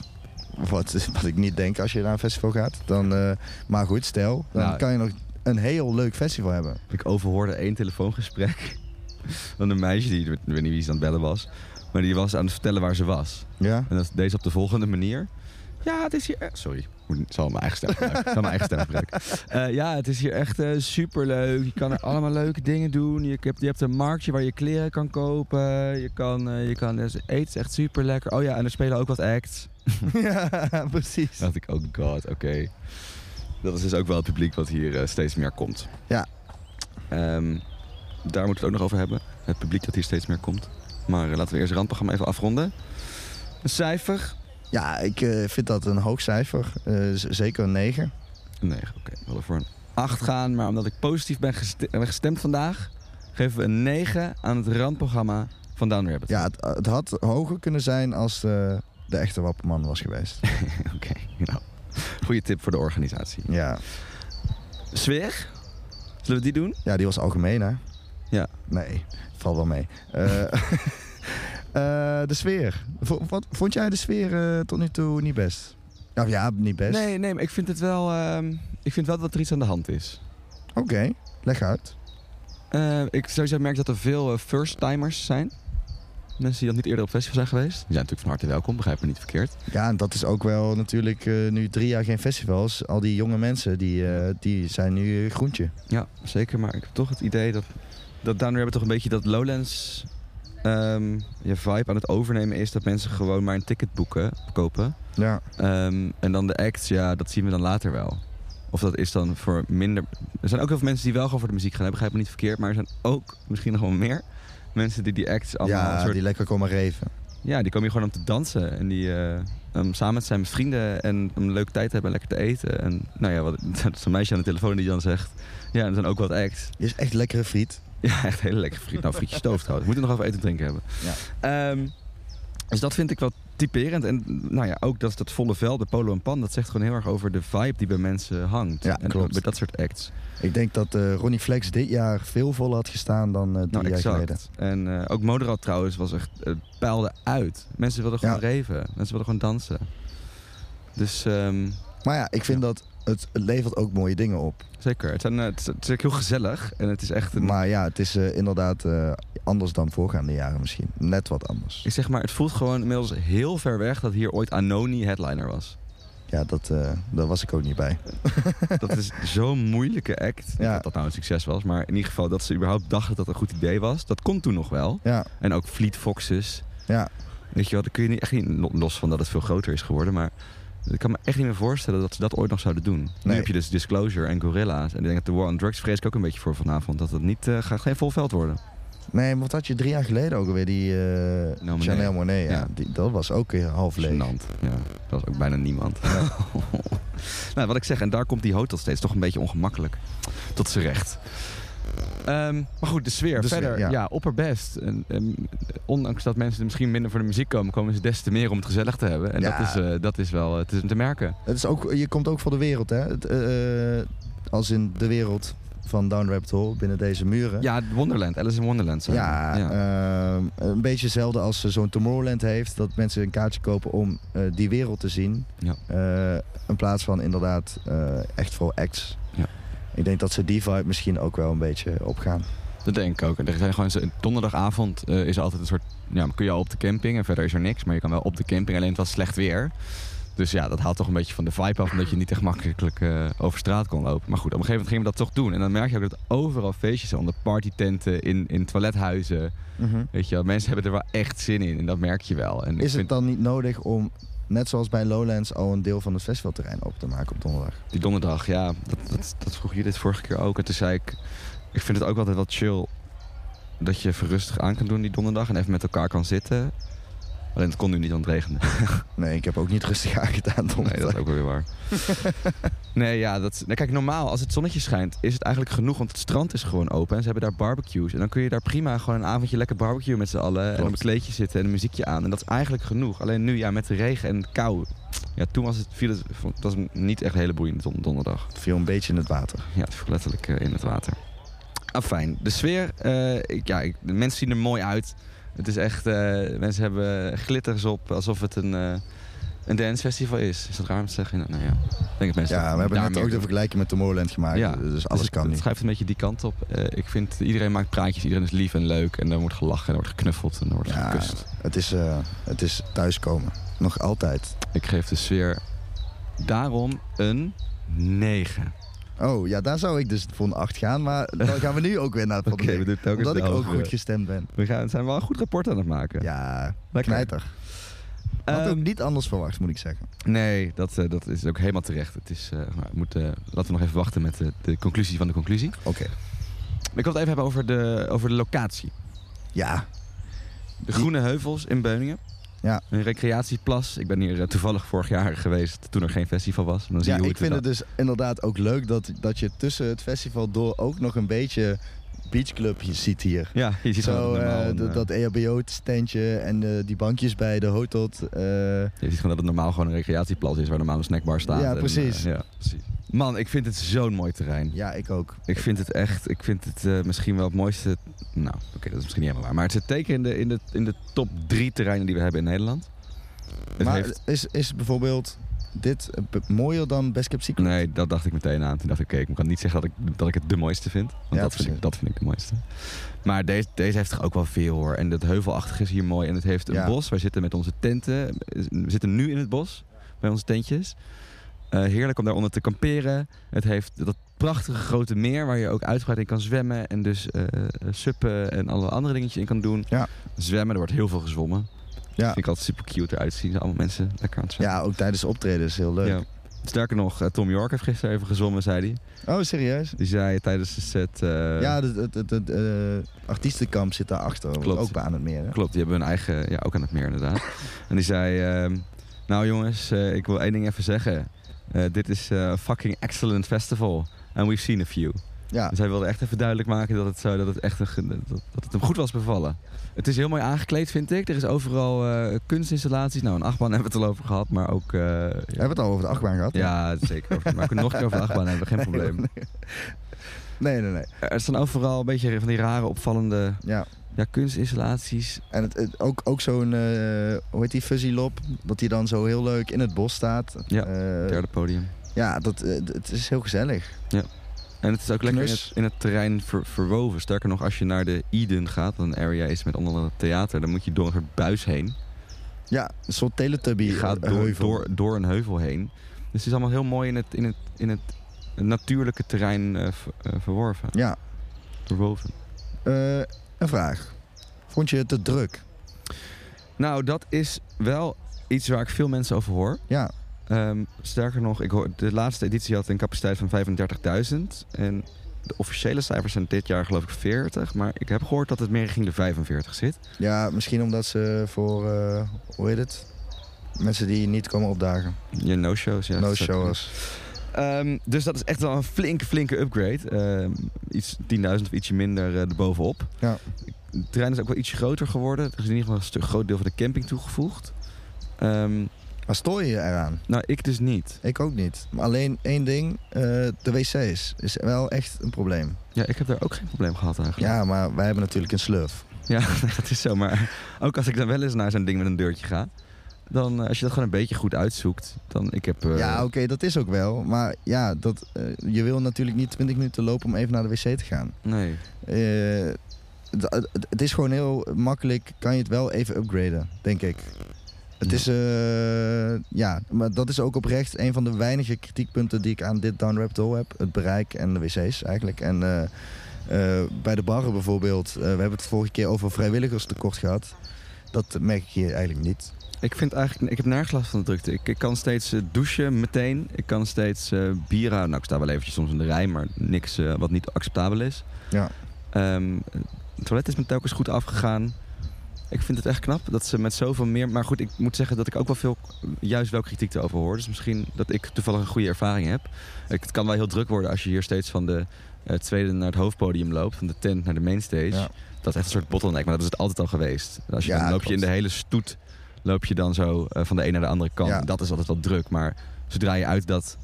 wat, wat ik niet denk als je naar een festival gaat, dan, eh, maar goed, stel, dan Nou. kan je nog een heel leuk festival hebben. Ik overhoorde één telefoongesprek van een meisje die, ik weet niet wie ze aan het bellen was, maar die was aan het vertellen waar ze was. Ja? En dat deed ze op de volgende manier. Ja, het is hier. eh, Sorry, ik moet- ik zal mijn eigen stem gebruiken. Ik zal mijn eigen stem gebruiken. Eh, ja, het is hier echt eh, superleuk. Je kan er allemaal leuke dingen doen. Je hebt, je hebt een marktje waar je kleren kan kopen. Je kan, eh, je kan dus eten. is echt super lekker. Oh ja, en er spelen ook wat acts. ja, precies. dacht ik, oh god, oké. Dat is dus ook wel het publiek wat hier eh, steeds meer komt. Ja. Ehm, daar moeten we het ook nog over hebben. Het publiek dat hier steeds meer komt. Maar eh, laten we eerst het randprogramma even afronden. Een cijfer? Ja, ik eh, vind dat een hoog cijfer. Eh, z- zeker een 9. Een 9, oké. We willen voor een 8 gaan, maar omdat ik positief ben geste- eh, gestemd vandaag... geven we een 9 aan het randprogramma van Down Rabbit. Ja, het, het had hoger kunnen zijn als de, de echte Wapperman was geweest. oké. Nou, goede tip voor de organisatie. ja. Sfeer? Zullen we die doen? ja, die was algemeen, hè? Ja. Nee, valt wel mee. Eh, eh, de sfeer. V- wat, vond jij de sfeer eh, tot nu toe niet best? Nou ja, niet best. Nee, nee, maar ik vind het wel... ehm, ik vind wel dat er iets aan de hand is. Oké, leg uit. Eh, ik sowieso merk dat er veel eh, first-timers zijn. Mensen die dat niet eerder op festival zijn geweest. Die zijn natuurlijk van harte welkom, begrijp me niet verkeerd. Ja, en dat is ook wel natuurlijk eh, nu drie jaar geen festivals. Al die jonge mensen, die, eh, die zijn nu eh, groentje. Ja, zeker, maar ik heb toch het idee dat... Dat Down hebben toch een beetje dat Lowlands... ehm, je vibe aan het overnemen is dat mensen gewoon maar een ticket boeken, kopen. Ja, Ehm, en dan de acts, ja, dat zien we dan later wel. Of dat is dan voor minder... Er zijn ook heel veel mensen die wel gewoon voor de muziek gaan, hè, begrijp me niet verkeerd. Maar er zijn ook misschien nog wel meer mensen die die acts allemaal... een ja soort die lekker komen reven. Ja, die komen hier gewoon om te dansen. En die eh, om samen met zijn vrienden en om een leuke tijd te hebben en lekker te eten. En nou ja, wat, dat is een meisje aan de telefoon die dan zegt. Ja, er zijn ook wat acts. Dit is echt lekkere friet. Ja, echt hele lekkere friet. Nou, frietje stoof trouwens. Moeten we nog over eten en drinken hebben. Ehm, dus dat vind ik wel typerend. En nou ja, ook dat, dat volle vel, de polo en pan, dat zegt gewoon heel erg over de vibe die bij mensen hangt. Ja, en klopt. Bij dat soort acts. Ik denk dat eh, Ronnie Flex dit jaar veel voller had gestaan dan eh drie Nou, jaar geleden. exact. En eh, ook Moderat trouwens was echt, het peilde uit. Mensen wilden gewoon Ja. reven. Mensen wilden gewoon dansen. Dus ehm, Maar ja, ik vind dat het, het levert ook mooie dingen op. Zeker. Het, zijn, eh, het, is, het is ook heel gezellig. En het is echt een. Maar ja, het is eh, inderdaad eh, anders dan voorgaande jaren misschien. Net wat anders. Ik zeg maar, het voelt gewoon inmiddels heel ver weg dat hier ooit Anoni headliner was. Ja, dat, eh, daar was ik ook niet bij. Dat is zo'n moeilijke act. Niet Ja. Dat dat nou een succes was. Maar in ieder geval dat ze überhaupt dachten dat dat een goed idee was. Dat kon toen nog wel. Ja, En ook Fleet Foxes. ja. Weet je wel, dat kun je niet, echt niet lo- los van dat het veel groter is geworden. Maar ik kan me echt niet meer voorstellen dat ze dat ooit nog zouden doen. Nu Nee. heb je dus Disclosure en Gorilla's. En ik denk dat de War on Drugs vrees ik ook een beetje voor vanavond. Dat het niet, eh, gaat geen vol veld worden. Nee, maar wat had je drie jaar geleden ook alweer? Die eh Monet. Chanel Monet. Ja. Ja. Die, dat was ook weer half leeg. Gênant. Ja, dat was ook bijna niemand. nou, wat ik zeg, en daar komt die hotel steeds toch een beetje ongemakkelijk tot zijn recht. Ehm, maar goed, de sfeer De sfeer, verder, ja. ja, opperbest. En, en, ondanks dat mensen er misschien minder voor de muziek komen, komen ze des te meer om het gezellig te hebben. En Ja. dat, is, eh, dat is wel eh, het is te merken. Het is ook, je komt ook voor de wereld, hè? Het, eh, eh, als in de wereld van Down Rabbit Hole, binnen deze muren. Ja, Wonderland, Alice in Wonderland. Zijn Ja, we. ehm, een beetje hetzelfde als eh, zo'n Tomorrowland heeft. Dat mensen een kaartje kopen om eh, die wereld te zien. Ja. Eh, in plaats van inderdaad eh, echt voor acts. Ja. Ik denk dat ze die vibe misschien ook wel een beetje opgaan. Dat denk ik ook. Er zijn gewoon, zo- donderdagavond eh, is er altijd een soort... Ja, kun je al op de camping en verder is er niks. Maar je kan wel op de camping, alleen het was slecht weer. Dus ja, dat haalt toch een beetje van de vibe af. Omdat je niet echt makkelijk eh, over straat kon lopen. Maar goed, op een gegeven moment gingen we dat toch doen. En dan merk je ook dat overal feestjes zijn. Onder partytenten, in, in toilethuizen. Weet je wel, mensen hebben er wel echt zin in. En dat merk je wel. En ik Is het vind dan niet nodig om, net zoals bij Lowlands, al een deel van het festivalterrein op te maken op donderdag? die donderdag, ja, dat, dat, dat vroeg je dit vorige keer ook. En toen zei ik, ik vind het ook altijd wel chill... dat je even rustig aan kan doen die donderdag. En even met elkaar kan zitten. Alleen het kon nu niet, want het regende. Nee, ik heb ook niet rustig aangedaan donderdag. Nee, dat is ook wel weer waar. nee, ja, dat, nou, kijk, normaal als het zonnetje schijnt is het eigenlijk genoeg, want het strand is gewoon open en ze hebben daar barbecues. En dan kun je daar prima gewoon een avondje lekker barbecuen met z'n allen en op een kleedje zitten en een muziekje aan. En dat is eigenlijk genoeg. Alleen nu, ja, met de regen en het kou. Ja, toen was het, viel het, het was niet echt een hele boeiende don- donderdag. Het viel een beetje in het water. Ja, het viel letterlijk eh, in het water. Afijn, de sfeer, eh, ik, ja, ik- de mensen zien er mooi uit. Het is echt, eh, mensen hebben glitters op alsof het een, eh, een dancefestival is. Is dat raar om te zeggen? Nou ja, ik denk dat mensen Ja, dat we hebben daar net meer ook de doen. vergelijking met Tomorrowland gemaakt. Ja, Dus Dus alles het- kan nu. Het schuift een beetje die kant op. Eh, ik vind, iedereen maakt praatjes, iedereen is lief en leuk. En er wordt gelachen en er wordt geknuffeld en er wordt Ja, gekust. het is, eh, het is thuiskomen. Nog altijd. Ik geef de sfeer daarom een 9. Oh, ja, daar zou ik dus voor een 8 gaan. Maar dan gaan we nu ook weer naar het Oké, we doen telkens Omdat de ik ook halve. goed gestemd ben. We gaan, zijn wel een goed rapport aan het maken. Ja, Lekker. knijter. Ehm, Had ook niet anders verwacht, moet ik zeggen. nee, dat, eh, dat is ook helemaal terecht. Het is, eh, nou, we moeten, laten we nog even wachten met eh, de, de conclusie van de conclusie. Oké. Ik wil het even hebben over de, over de locatie. Ja, De Groene Heuvels in Beuningen. Ja. Een recreatieplas. Ik ben hier eh, toevallig vorig jaar geweest toen er geen festival was. En Dan zie ja je hoe ik vind het dus inderdaad ook leuk dat, dat je tussen het festival door ook nog een beetje beachclub hier ziet hier. Ja, je ziet Zo, gewoon dat het normaal eh, een, dat- eh, dat EHBO-standje en eh, die bankjes bij de hotot. eh, Je ziet gewoon dat het normaal gewoon een recreatieplas is waar normaal een snackbar staat. Ja, en, eh, precies. ja, precies. Man, ik vind het zo'n mooi terrein. ja, ik ook. Ik vind het echt, ik vind het eh, misschien wel het mooiste. Nou, oké, dat is misschien niet helemaal waar. Maar het zit teken in de, in, de, in de top drie terreinen die we hebben in Nederland. Het maar heeft, is, is bijvoorbeeld dit eh, b- mooier dan Best Kept Secret? nee, dat dacht ik meteen aan. Toen dacht ik, oké, ik kan niet zeggen dat ik, dat ik het de mooiste vind. Want Ja, dat, vind ik, precies. dat vind ik de mooiste. Maar deze, deze heeft toch ook wel veel hoor. En dat heuvelachtige is hier mooi. En het heeft een Ja. bos. Wij zitten met onze tenten. We zitten nu in het bos bij onze tentjes. Eh, heerlijk om daaronder te kamperen. Het heeft dat prachtige grote meer waar je ook uitgebreid in kan zwemmen. En dus eh, eh, suppen en alle andere dingetjes in kan doen. Ja. Zwemmen, er wordt heel veel gezwommen. Ja. Vind ik altijd super cute eruit zien. Allemaal mensen lekker aan het zwemmen. Ja, ook tijdens optredens heel leuk. Ja. Sterker nog, eh, Tom York heeft gisteren even gezwommen, zei hij. Oh, serieus? Die zei tijdens de set... eh, ja, het, het, het, het, eh, artiestenkamp zit daarachter. Klopt. Ook bij aan het meer. hè? Klopt, die hebben hun eigen, ja, ook aan het meer inderdaad. en die zei, ehm, nou jongens, eh, ik wil één ding even zeggen. Eh, Dit is eh, een fucking excellent festival. And we've seen a few. Ja, Dus hij wilde echt even duidelijk maken dat het, zo, dat het, echt een, ge- dat, dat het hem goed was bevallen. Het is heel mooi aangekleed, vind ik. Er is overal eh, kunstinstallaties. Nou, een achtbaan hebben we het al over gehad, maar ook... eh, we hebben het al over de achtbaan gehad. hè? ja, zeker. Over- Maar we kunnen nog een keer over de achtbaan hebben, geen probleem. Nee, nee, nee. Eh, Er staan overal een beetje van die rare, opvallende Ja. ja, kunstinstallaties. En het, het- ook, ook zo'n, eh, hoe heet die, Fuzzy Lop, dat die dan zo heel leuk in het bos staat. Ja, Eh, Derde podium. ja dat, eh, d- het is heel gezellig. En het is ook lekker in Knus. het, in het terrein ver- verwoven. Sterker nog, als je naar de Eden gaat, wat een area is met onder andere theater, dan moet je door een soort buis heen. Ja, een soort teletubby eh, Je gaat door, heuvel. door, door een eh, heuvel heen. Dus het is allemaal heel mooi in het, in het, in het natuurlijke terrein eh, ver- eh, verworven. Ja, Verwoven. Eh, een vraag. Vond je het te druk? Nou, dat is wel iets waar ik veel mensen over hoor. Ja, Ehm, sterker nog, ik hoor, de laatste editie had een capaciteit van 35.000. En de officiële cijfers zijn dit jaar geloof ik 40. Maar ik heb gehoord dat het meer ging de 45 zit. ja misschien omdat ze voor, eh, hoe heet het? Mensen die niet komen opdagen. Je no-shows, ja. no dat zou kunnen. showers. Ehm, dus dat is echt wel een flinke, flinke upgrade. Ehm, iets 10.000 of ietsje minder eh, erbovenop. Ja. De terrein is ook wel iets groter geworden. Er is in ieder geval een stuk groot deel van de camping toegevoegd. Ehm, Maar stoor je je eraan? nou, ik dus niet. Ik ook niet. Maar alleen één ding, eh, de wc's is wel echt een probleem. Ja, ik heb daar ook geen probleem gehad eigenlijk. Ja, maar wij hebben natuurlijk een slurf. Ja, dat is zo. Maar ook als ik dan wel eens naar zo'n ding met een deurtje ga... dan eh, als je dat gewoon een beetje goed uitzoekt... dan ik heb... eh, Ja, oké, dat is ook wel. Maar ja, dat, eh, je wil natuurlijk niet 20 minuten lopen om even naar de wc te gaan. Nee. Eh, d- d- het is gewoon heel makkelijk, kan je het wel even upgraden, denk ik. Het Ja. is, eh, ja, maar dat is ook oprecht een van de weinige kritiekpunten die ik aan dit Down Rabbit Hole heb. Het bereik en de wc's eigenlijk. En eh, eh, bij de barren bijvoorbeeld, eh, we hebben het vorige keer over vrijwilligerstekort gehad. Dat merk ik hier eigenlijk niet. Ik vind eigenlijk, ik heb nergens last van de drukte. Ik, ik kan steeds eh, douchen meteen. Ik kan steeds eh bieren. Nou, ik sta wel eventjes soms in de rij, maar niks eh, wat niet acceptabel is. Ja. Ehm, het toilet is me telkens goed afgegaan. Ik vind het echt knap dat ze met zoveel meer. Maar goed, ik moet zeggen dat ik ook wel veel, juist wel kritiek erover hoor. Dus misschien dat ik toevallig een goede ervaring heb. Ik, het kan wel heel druk worden als je hier steeds van de eh, tweede naar het hoofdpodium loopt, van de tent naar de mainstage. Ja. Dat is echt een soort bottleneck, maar dat is het altijd al geweest. En Als je Ja, dan loop je klopt. in de hele stoet loop je dan zo eh, van de een naar de andere kant. Ja. Dat is altijd wel druk. Maar zodra je uit dat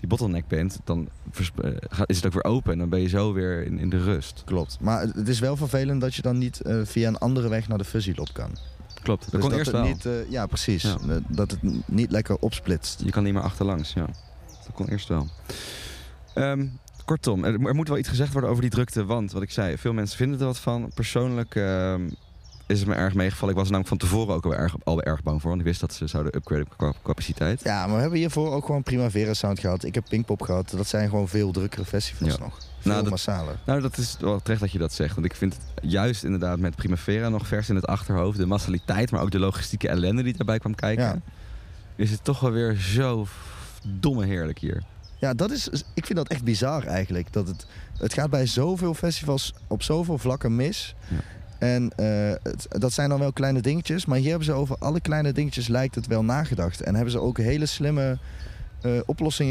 die bottleneck bent, dan vers- eh, gaat- is het ook weer open. En dan ben je zo weer in, in de rust. Klopt. Maar het het is wel vervelend dat je dan niet eh, via een andere weg naar de fuzzylop kan. klopt. Dat Dus kon dat eerst het wel. Niet, eh, ja, precies. Ja. Eh, Dat het n- niet lekker opsplitst. Je kan niet meer achterlangs, ja. Dat kon eerst wel. Ehm, kortom, er, er moet wel iets gezegd worden over die drukte. Want, wat ik zei, veel mensen vinden er wat van. Persoonlijk ehm, is het me erg meegevallen. Ik was er namelijk van tevoren ook al erg, al erg bang voor. Want ik wist dat ze zouden upgraden qua capaciteit. Ja, maar we hebben hiervoor ook gewoon Primavera Sound gehad. Ik heb Pinkpop gehad. Dat zijn gewoon veel drukkere festivals Ja. nog. Veel dat- massaler. Nou, dat is wel terecht dat je dat zegt. Want ik vind het juist inderdaad met Primavera nog vers in het achterhoofd. De massaliteit, maar ook de logistieke ellende die daarbij kwam kijken. Ja. Is het toch wel weer zo f- domme heerlijk hier. Ja, dat is, ik vind dat echt bizar eigenlijk. Dat het, het gaat bij zoveel festivals op zoveel vlakken mis. Ja. En eh, het- dat zijn dan wel kleine dingetjes. Maar hier hebben ze over alle kleine dingetjes lijkt het wel nagedacht. En hebben ze ook hele slimme eh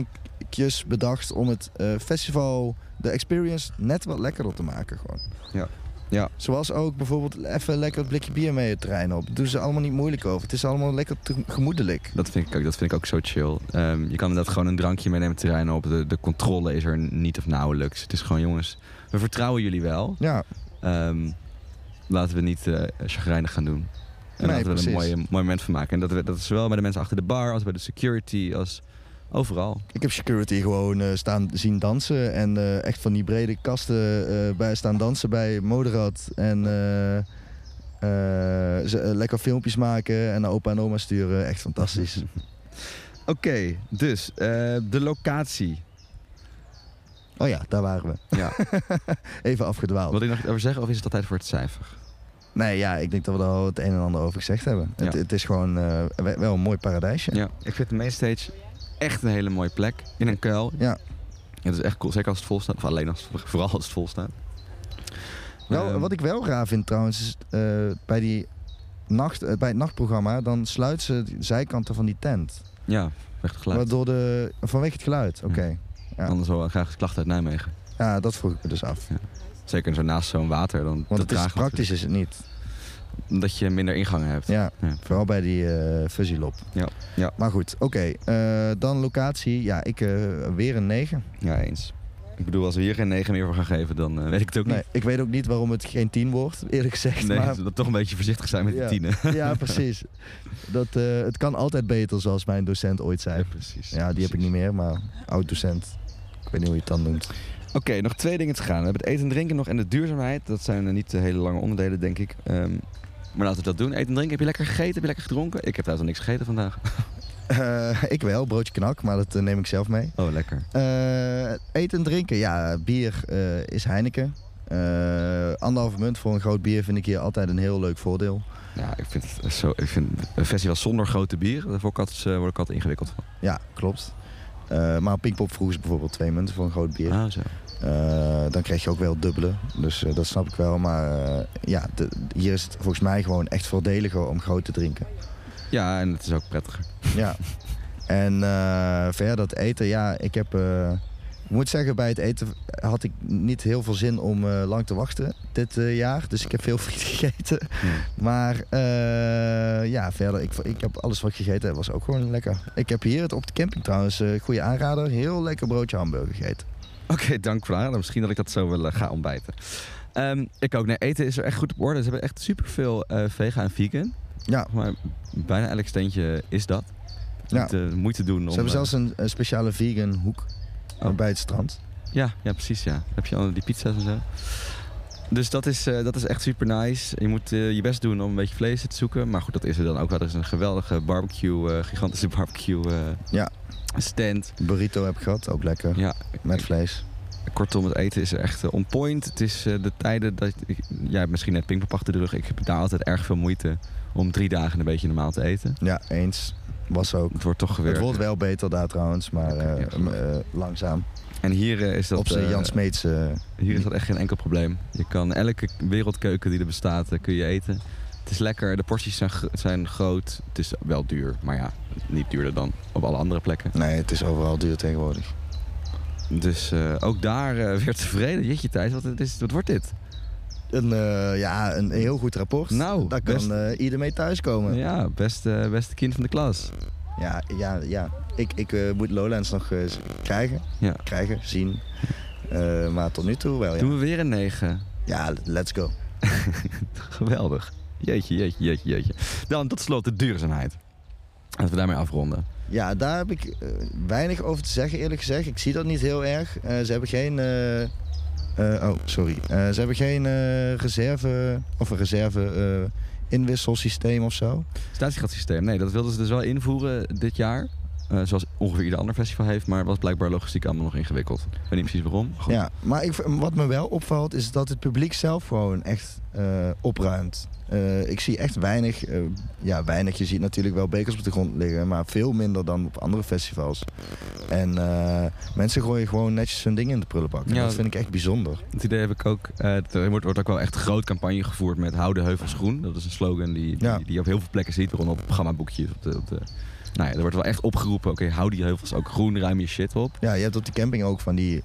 oplossingjes bedacht om het eh, festival, de experience, net wat lekkerder te maken gewoon. Ja. Ja. Zoals ook bijvoorbeeld even lekker het blikje bier mee het terrein op. Daar doen ze allemaal niet moeilijk over. Het is allemaal lekker te- gemoedelijk. Dat vind ik ook, dat vind ik ook zo chill. Ehm, je kan inderdaad gewoon een drankje meenemen het terrein op. De, de controle is er niet of nauwelijks. Het is gewoon, jongens, we vertrouwen jullie wel. Ja, Ehm, laten we niet eh chagrijnig gaan doen. Nee, En laten we er een precies. mooi, mooi moment van maken. En dat, we- dat is zowel bij de mensen achter de bar als bij de security als overal. Ik heb security gewoon eh, staan zien dansen. En eh, echt van die brede kasten eh, bij staan dansen bij Moderat. En eh, eh, ze, eh, lekker filmpjes maken en naar opa en oma sturen. Echt fantastisch. Oké, dus eh, de locatie. oh ja, daar waren we. Ja. Even afgedwaald. Wil je nog iets over zeggen of is het altijd voor het cijfer? Nee, ja, ik denk dat we daar al het een en ander over gezegd hebben. Het, Ja. het is gewoon eh, we- wel een mooi paradijsje. Ja, ik vind de mainstage echt een hele mooie plek. In een kuil. Ja. Het is echt cool, zeker als het vol staat. Of alleen als het, vooral als het vol staat. Wel, Ehm, Nou, wat ik wel raar vind trouwens, is eh, bij, die nacht, eh, bij het nachtprogramma, dan sluiten ze de zijkanten van die tent. Ja, weg het geluid. Waardoor de, vanwege het geluid, oké. Hmm. ja. Anders hoor ik graag klachten uit Nijmegen. Ja, dat vroeg ik me dus af. Zeker zo naast zo'n water. Dan, dat Want het is draagt praktisch is het niet. natuurlijk Dat je minder ingangen hebt. Ja, Ja. vooral bij die eh, fuzzy lop. Ja, ja. Maar goed, oké. eh, dan locatie. Ja, ik eh, weer een 9. Ja, eens. Ik bedoel, als we hier geen 9 meer voor gaan geven, dan eh, weet ik het ook Nee, niet. ik weet ook niet waarom het geen 10 wordt, eerlijk gezegd. Nee, maar, dat we toch een beetje voorzichtig zijn met Ja. de tienen. ja, precies. Dat, eh, het kan altijd beter, zoals mijn docent ooit zei. precies. Ja, die heb ik niet meer, maar oud-docent. Ik weet niet hoe je het dan noemt. Oké, nog twee dingen te gaan. We hebben het eten en drinken nog en de duurzaamheid. Dat zijn eh, niet de hele lange onderdelen, denk ik. Ehm, maar laten we dat doen. Eten en drinken. Heb je lekker gegeten? Heb je lekker gedronken? Ik heb trouwens nog niks gegeten vandaag. Eh, ik wel, broodje knak, maar dat eh, neem ik zelf mee. Oh, lekker. Eh, eten en drinken, ja, bier eh, is Heineken. Eh anderhalve munt voor een groot bier vind ik hier altijd een heel leuk voordeel. Ja, ik vind, het eh, zo, ik vind een festival zonder grote bier, daar word ik altijd, eh, word ik altijd ingewikkeld van. Ja, klopt. Eh, maar op Pinkpop vroegen ze bijvoorbeeld twee munten voor een groot bier. Ah, zo. Eh, dan krijg je ook wel dubbele, dus eh, dat snap ik wel. Maar eh, ja, de- hier is het volgens mij gewoon echt voordeliger om groot te drinken. Ja, en het is ook prettiger. Ja. En eh, verder het eten, ja, ik heb... eh, ik moet zeggen, bij het eten had ik niet heel veel zin om eh, lang te wachten dit eh, jaar. Dus ik heb veel friet gegeten. Maar eh, ja, verder, ik, ik heb alles wat ik gegeten heb, was ook gewoon lekker. Ik heb hier het op de camping trouwens, eh goede aanrader, heel lekker broodje hamburger gegeten. Oké, dank voor de aanrader. Misschien dat ik dat zo wil eh, gaan ontbijten. Ehm, ik ook. Nee, eten is er echt goed op orde. Ze hebben echt superveel eh vega en vegan. Ja. Maar bijna elk steentje is dat. Ja. Niet eh, moeite doen om... Ze hebben eh, zelfs een, een speciale vegan hoek eh, Oh. bij het strand. Ja, ja precies. Ja. Dan heb je al die pizza's en zo. Dus dat is, eh, dat is echt super nice. Je moet eh, je best doen om een beetje vlees te zoeken. Maar goed, dat is er dan ook wel. Er is een geweldige barbecue, eh, gigantische barbecue eh, Ja. stand. Burrito heb ik gehad, ook lekker, Ja, met vlees. Kortom, het eten is echt eh, on point. Het is eh, de tijden dat... Ik, jij hebt misschien net Pinkpop achter de rug. Ik heb daar altijd erg veel moeite om drie dagen een beetje normaal te eten. Ja, eens. Was ook. Het wordt toch gewerkt. Het wordt wel beter daar trouwens, maar Oké, eh, ja, goed. eh, langzaam. En hier eh, is dat... Op zijn eh, Jan Smeets. eh, Hier is dat echt geen enkel probleem. Je kan elke wereldkeuken die er bestaat, eh, kun je eten. Het is lekker, de porties zijn, gro- zijn groot. Het is wel duur, maar ja, niet duurder dan op alle andere plekken. nee, het is overal duur tegenwoordig. Dus eh, ook daar eh, weer tevreden. Jeetje Thijs, wat, het is, wat wordt dit? Een, eh, ja, een heel goed rapport. Nou, Daar kan best- eh, ieder mee thuiskomen. Ja, Ja, beste, beste kind van de klas. ja, ja. Ik, ik eh, moet Lowlands nog eh, krijgen. Ja. Krijgen, zien. Eh, maar tot nu toe wel, ja. Doen we weer een 9. Ja, let's go. Geweldig. Jeetje, jeetje, jeetje, jeetje. Dan tot slot de duurzaamheid. Laten we daarmee afronden. Ja, daar heb ik eh, weinig over te zeggen, eerlijk gezegd. Ik zie dat niet heel erg. Eh, ze hebben geen. eh, eh, oh, sorry. Eh, ze hebben geen eh, reserve. of een reserve. eh, inwisselsysteem of zo. Statiegeldsysteem, nee, dat wilden ze dus wel invoeren dit jaar. Eh, zoals ongeveer ieder ander festival heeft, maar was blijkbaar logistiek allemaal nog ingewikkeld. Ik weet niet precies waarom. Goed. Ja, maar ik, wat me wel opvalt is dat het publiek zelf gewoon echt eh, opruimt. Eh, ik zie echt weinig, eh, ja weinig, je ziet natuurlijk wel bekers op de grond liggen, maar veel minder dan op andere festivals. En eh, mensen gooien gewoon netjes hun ding in de prullenbak. En Ja. dat vind ik echt bijzonder. Het idee heb ik ook. eh, er wordt, wordt ook wel echt een groot campagne gevoerd met Hou de heuvels groen. Dat is een slogan die, die, Ja. die je op heel veel plekken ziet, waaronder op programmaboekjes. Op de, op de, nou ja, er wordt wel echt opgeroepen, oké, hou die heuvels ook groen, ruim je shit op. Ja, je hebt op de camping ook van die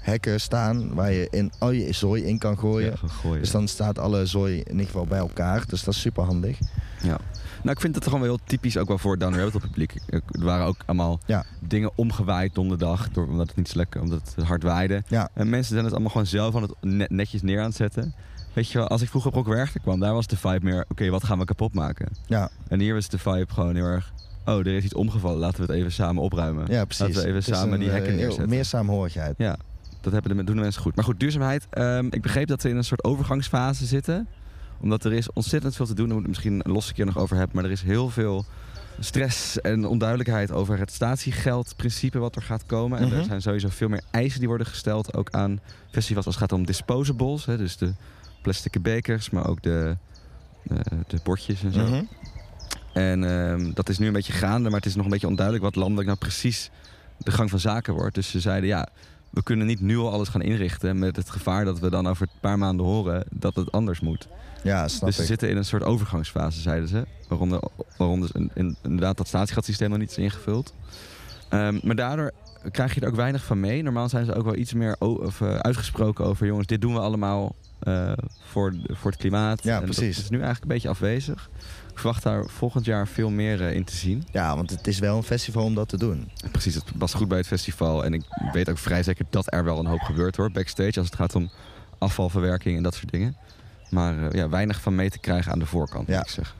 hekken staan waar je in al je zooi in kan gooien. Ja, gewoon gooien. Dus dan staat alle zooi in ieder geval bij elkaar. Dus dat is super handig. Ja. Nou, ik vind het gewoon wel heel typisch ook wel voor Down Rabbit Hole publiek. Er waren ook allemaal Ja. dingen omgewaaid donderdag, door, omdat het niet zo lekker, omdat het hard waaide. Ja. En mensen zijn het allemaal gewoon zelf aan het net- netjes neer aan het zetten. Weet je wel, als ik vroeger op Rock Werchter kwam, daar was de vibe meer, oké, wat gaan we kapot maken? Ja, En hier was de vibe gewoon heel erg, oh, er is iets omgevallen, laten we het even samen opruimen. ja precies. Laten we even Het is samen een, die eh, hekken heel- neerzetten. Meer saamhorigheid. Ja, dat hebben de, men- doen de mensen goed. Maar goed, duurzaamheid. ehm, ik begreep dat ze in een soort overgangsfase zitten. Omdat er is ontzettend veel te doen. Daar moet ik misschien een losse keer nog over hebben. Maar er is heel veel stress en onduidelijkheid over het statiegeldprincipe wat er gaat komen. En er Mhm. zijn sowieso veel meer eisen die worden gesteld. Ook aan festivals als het gaat om disposables. Hè, dus de plastic bekers, maar ook de, eh, de bordjes en zo. Mhm. En ehm, dat is nu een beetje gaande, maar het is nog een beetje onduidelijk wat landelijk nou precies de gang van zaken wordt. Dus ze zeiden ja, we kunnen niet nu al alles gaan inrichten met het gevaar dat we dan over een paar maanden horen dat het anders moet. Ja, snap dus ze ik. zitten in een soort overgangsfase, zeiden ze. Waaronder, waaronder in- in- inderdaad dat statiegeldsysteem nog niet is ingevuld. Ehm, maar daardoor krijg je er ook weinig van mee. Normaal zijn ze ook wel iets meer o- of, eh, uitgesproken over jongens, dit doen we allemaal eh, voor, voor het klimaat. Ja, En dat- precies. Dat is nu eigenlijk een beetje afwezig. Ik verwacht daar volgend jaar veel meer eh, in te zien. Ja, want het is wel een festival om dat te doen. Precies, het was goed bij het festival. En ik weet ook vrij zeker dat er wel een hoop gebeurt hoor, backstage. Als het gaat om afvalverwerking en dat soort dingen. Maar eh, ja, weinig van mee te krijgen aan de voorkant, Ja. moet ik zeggen.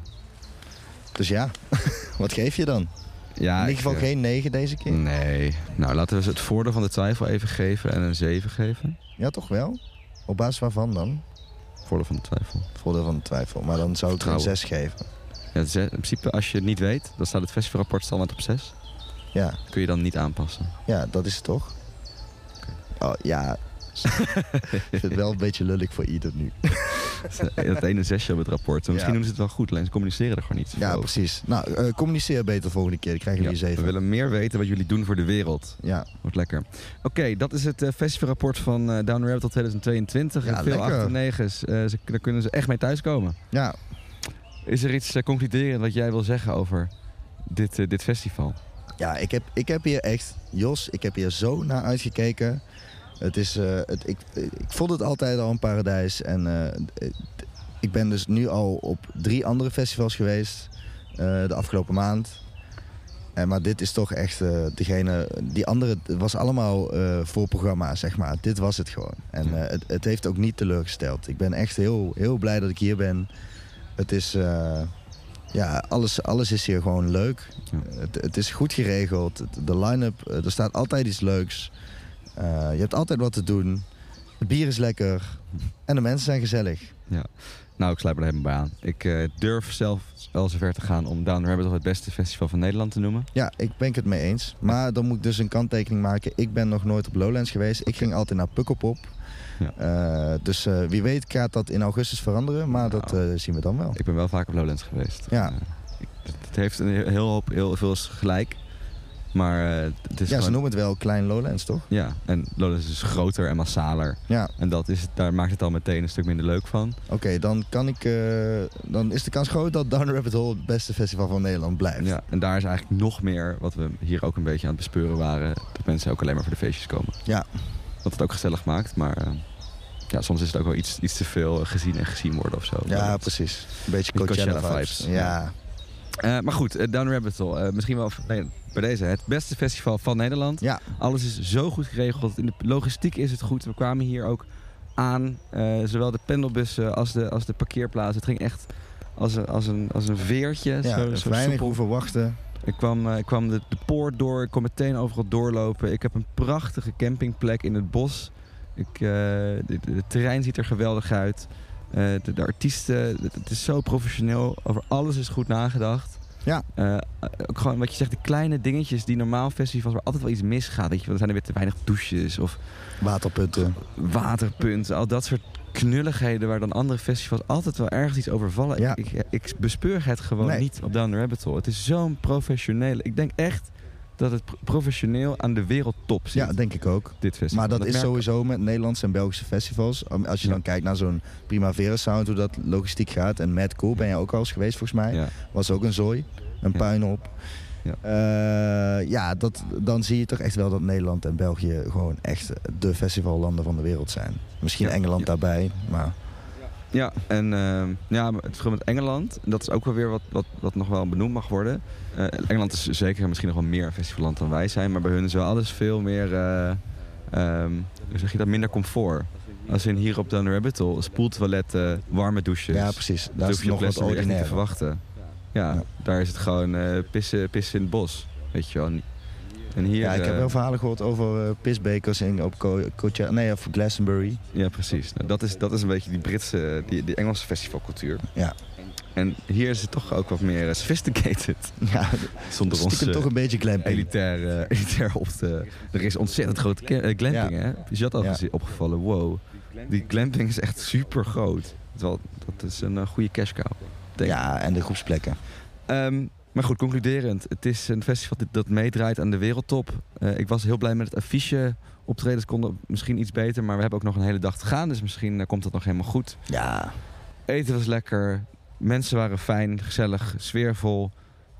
Dus ja, wat geef je dan? Ja, In ieder geval Ah, ik, eh, geen 9 deze keer. Nee. Nou, laten we ze het voordeel van de twijfel even geven en een 7 geven. Ja, toch wel? Op basis waarvan dan? Voordeel van de twijfel. Voordeel van de twijfel. Maar dan zou ik er een Vertrouwen. 6 geven. Ja, ze- in principe, als je het niet weet, dan staat het festivalrapport standaard op 6. Ja, Kun je dan niet aanpassen. ja dat is het toch? Oh, ja. ik vind het wel een beetje lullig voor ieder nu. Het eh, ene zesje op het rapport. En Misschien Ja. doen ze het wel goed, alleen ze communiceren er gewoon niet. Ja, over. precies. Nou, eh, communiceer beter volgende keer. Dan krijgen Ja, jullie een we 7. willen meer weten wat jullie doen voor de wereld. Ja, Wordt lekker. Oké, dat is het eh, festivalrapport van eh, Down Rabbit tot 2022. Ja, En veel lekker. 8 en 9's. eh, ze- daar kunnen ze echt mee thuiskomen. ja. Is er iets eh, concluderend wat jij wil zeggen over dit, eh, dit festival? ja ik, heb, ik heb hier echt, Jos, ik heb hier zo naar uitgekeken. Het is, eh, het, ik, ik vond het altijd al een paradijs. En eh, ik ben dus nu al op drie andere festivals geweest eh, de afgelopen maand. En, maar dit is toch echt eh, degene, die andere, het was allemaal eh voorprogramma, zeg maar. Dit was het gewoon. En Ja. eh, het, het heeft ook niet teleurgesteld. Ik ben echt heel, heel blij dat ik hier ben. Het is, eh, ja, alles, alles is hier gewoon leuk. Ja. Het, het is goed geregeld. Het- De line-up, eh, er staat altijd iets leuks. Eh, je hebt altijd wat te doen. Het bier is lekker. En de mensen zijn gezellig. Nou, ik sluit me er helemaal bij aan. Ik eh, durf zelf wel zover te gaan om Down Rabbit Hole het beste festival van Nederland te noemen. Ja, ik ben het mee eens. Maar dan moet ik dus een kanttekening maken. Ik ben nog nooit op Lowlands geweest. Ik ging altijd naar Pukkelpop. Ja. Eh, dus eh, wie weet gaat dat in augustus veranderen. Maar dat Nou. eh, zien we dan wel. Ik ben wel vaak op Lowlands geweest. Ja. Eh, ik- het- het heeft een heel, hoop, heel veel is gelijk. Maar eh, het is Ja, ze gewoon- noemen het wel Klein Lowlands, toch? Ja, en Lowlands is groter en massaler. Ja, En dat is, het- daar maakt het al meteen een stuk minder leuk van. oké. dan kan ik... eh, dan is de kans groot dat Down Rabbit Hole het beste festival van Nederland blijft. Ja, en daar is eigenlijk nog meer wat we hier ook een beetje aan het bespeuren waren. Dat mensen ook alleen maar voor de feestjes komen. Ja. Wat het ook gezellig maakt, maar eh, ja, soms is het ook wel iets, iets te veel eh, gezien en gezien worden of zo. Ja, Dat- precies. Een beetje Beetje Coachella, Coachella vibes. vibes. Ja. Eh, maar goed, eh, Down Rabbit Hole. Eh, misschien wel nee, bij deze het beste festival van Nederland. Ja. Alles is zo goed geregeld. In de logistiek is het goed. We kwamen hier ook aan. eh, zowel de pendelbussen als de, als de parkeerplaatsen. Het ging echt Als een, als een, als een veertje. Ja, zo, zo weinig soepel. hoeven wachten. Ik kwam, eh, ik kwam de, de poort door, ik kon meteen overal doorlopen. Ik heb een prachtige campingplek in het bos. Ik, eh, de- de- het terrein ziet er geweldig uit. Eh, de, de artiesten, het, het is zo professioneel. Over alles is goed nagedacht. Ja. Eh, ook gewoon wat je zegt, de kleine dingetjes die normaal festivals waar altijd wel iets misgaat. Weet je, wel, er zijn er weer te weinig douches of Waterputten. waterpunten. Al dat soort knulligheden waar dan andere festivals altijd wel ergens iets over vallen. Ja. Ik, ik, ik bespeur het gewoon Nee. niet op Down the Rabbit Hole. Het is zo'n professionele... Ik denk echt dat het pro- professioneel aan de wereldtop zit, Ja, denk ik ook. dit festival. Maar dat, is merk- sowieso met Nederlandse en Belgische festivals. Am- Als je Ja. dan kijkt naar zo'n Primavera Sound, hoe dat logistiek gaat. En Mad Cool ben je ook al eens geweest volgens mij. Ja. Was ook een zooi. Een Ja. puinhoop. Ja. Ja, ja dat, dan zie je toch echt wel dat Nederland en België gewoon echt de festivallanden van de wereld zijn. Misschien Ja. Engeland Ja. daarbij, maar Ja, en ehm, ja, maar het verschil met Engeland, dat is ook wel weer wat, wat, wat nog wel benoemd mag worden. Eh, Engeland is zeker misschien nog wel meer een festivalland dan wij zijn, maar bij hun is wel alles veel meer, eh, ehm, hoe zeg je dat, minder comfort. Als in hier op Down Rabbit Hole, spoeltoiletten, warme douches. ja, precies. Dat Daar hoef is je nog op wat Leicester echt niet te ordinair. verwachten. Ja, Ja. daar is het gewoon eh, pissen, pissen in het bos, weet je wel. En hier... Ja, ik heb eh, wel verhalen gehoord over eh, pisbekers in, op Co- Coachella, nee, of Glastonbury. Ja, precies. Nou, dat, is, dat is een beetje die Britse, die, die Engelse festivalcultuur. Ja. En hier is het toch ook wat meer eh, sophisticated. Ja, Zonder ons stiekem eh, toch een beetje glamping. elitair, eh, elitair op te... Er is ontzettend grote ca- eh, glamping, hè? Is je dat al Ja. gezien- opgevallen? Wow. Die glamping is echt super groot. Terwijl, dat is een eh, goede cash cow. denk ik. Ja, en de groepsplekken. Ehm, maar goed, concluderend. Het is een festival dat- dat meedraait aan de wereldtop. Eh, ik was heel blij met het affiche. Optredens konden misschien iets beter, maar we hebben ook nog een hele dag te gaan. Dus misschien eh, komt dat nog helemaal goed. Ja, Eten was lekker. Mensen waren fijn, gezellig, sfeervol.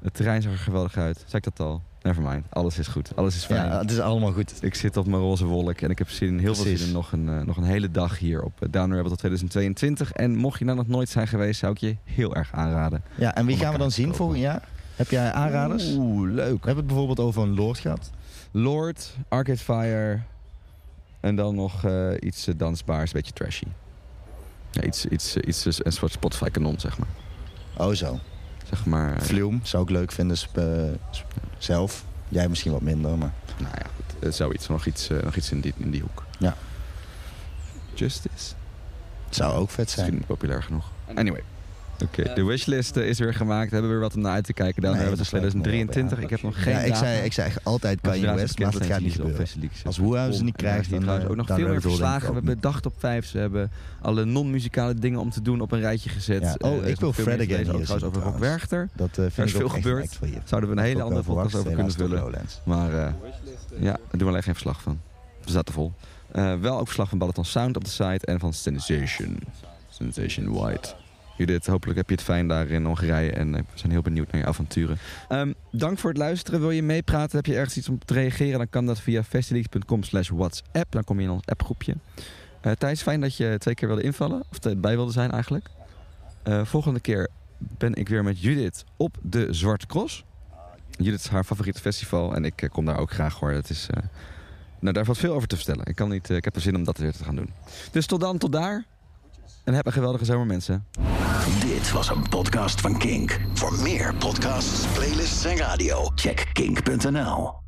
Het terrein zag er geweldig uit. Zeg ik dat al? Nevermind. Alles is goed. Alles is fijn. ja, het is allemaal goed. Ik zit op mijn roze wolk en ik heb zin, heel veel Precies. zin in nog een, eh, nog een hele dag hier op eh, Down Rabbit Hole 2022. En mocht je nou nog nooit zijn geweest, zou ik je heel erg aanraden. Ja, en wie Om gaan we elkaar dan te zien kopen. volgend jaar? Heb jij aanraders? Oeh, leuk. We hebben het bijvoorbeeld over een Lord gehad. Lord, Arcade Fire. En dan nog eh, iets eh, dansbaars, beetje trashy. Ja, iets, iets, eh, iets, eh, een soort Spotify-kanon, zeg maar. Oh zo. Zeg maar eh, Vloem zou ik leuk vinden sp- eh, sp- zelf. Jij misschien wat minder, maar nou ja, goed, eh, zoiets. Nog iets, eh, nog iets in, die, in die hoek. Ja. Justice. het zou ook vet zijn. Misschien niet populair genoeg. Anyway. Oké, de wishlist eh, is weer gemaakt. Hebben we weer wat om naar uit te kijken. Daar Nee, hebben we dat sluit me wel bij 2023. Ik heb nog geen Ja, ik data. zei, ik zei echt altijd Maar Kanye zodra ze West, maar bekend dat gaat zijn, niet zien ze gebeuren. op Festival Leaks. Als Woehouse Bol. niet En daar krijgt, zie je dan, trouwens eh, ook nog dan veel meer Rabbit Hole denk verslagen. ik We ook hebben dag top 5. Ze hebben alle non-muzikale dingen om te doen op een rijtje gezet. Ja. Oh, Eh, er is ik wil nog veel meer Fred te again lezen, ook hier trouwens zien, over Rock trouwens. Werchter. Dat eh, Er vind is ik ook veel echt een gebeurd. act van hier. Zouden we een Had hele ik ook andere wel podcast verwacht, over kunnen helaas door vullen. Lowlands. Maar eh, ja, daar doen we alleen geen verslag van. We zaten vol. Eh, wel ook verslag van Balaton Sound op de site en van Sensation. Sensation White. Judith, hopelijk heb je het fijn daar in Hongarije en eh, we zijn heel benieuwd naar je avonturen. Ehm, dank voor het luisteren. Wil je meepraten? Heb je ergens iets om te reageren? Dan kan dat via festileaks.com slash whatsapp. Dan kom je in ons appgroepje. Eh Thijs, fijn dat je twee keer wilde invallen. Of erbij wilde zijn eigenlijk. Eh, volgende keer ben ik weer met Judith op de Zwarte Cross. Judith is haar favoriete festival en ik eh, kom daar ook graag hoor. Dat is, eh, nou, daar valt veel over te vertellen. Ik, kan niet, eh, ik heb er zin om dat weer te gaan doen. Dus tot dan, tot daar. En heb een geweldige zomer mensen. Dit was een podcast van Kink. Voor meer podcasts, playlists en radio, check kink.nl.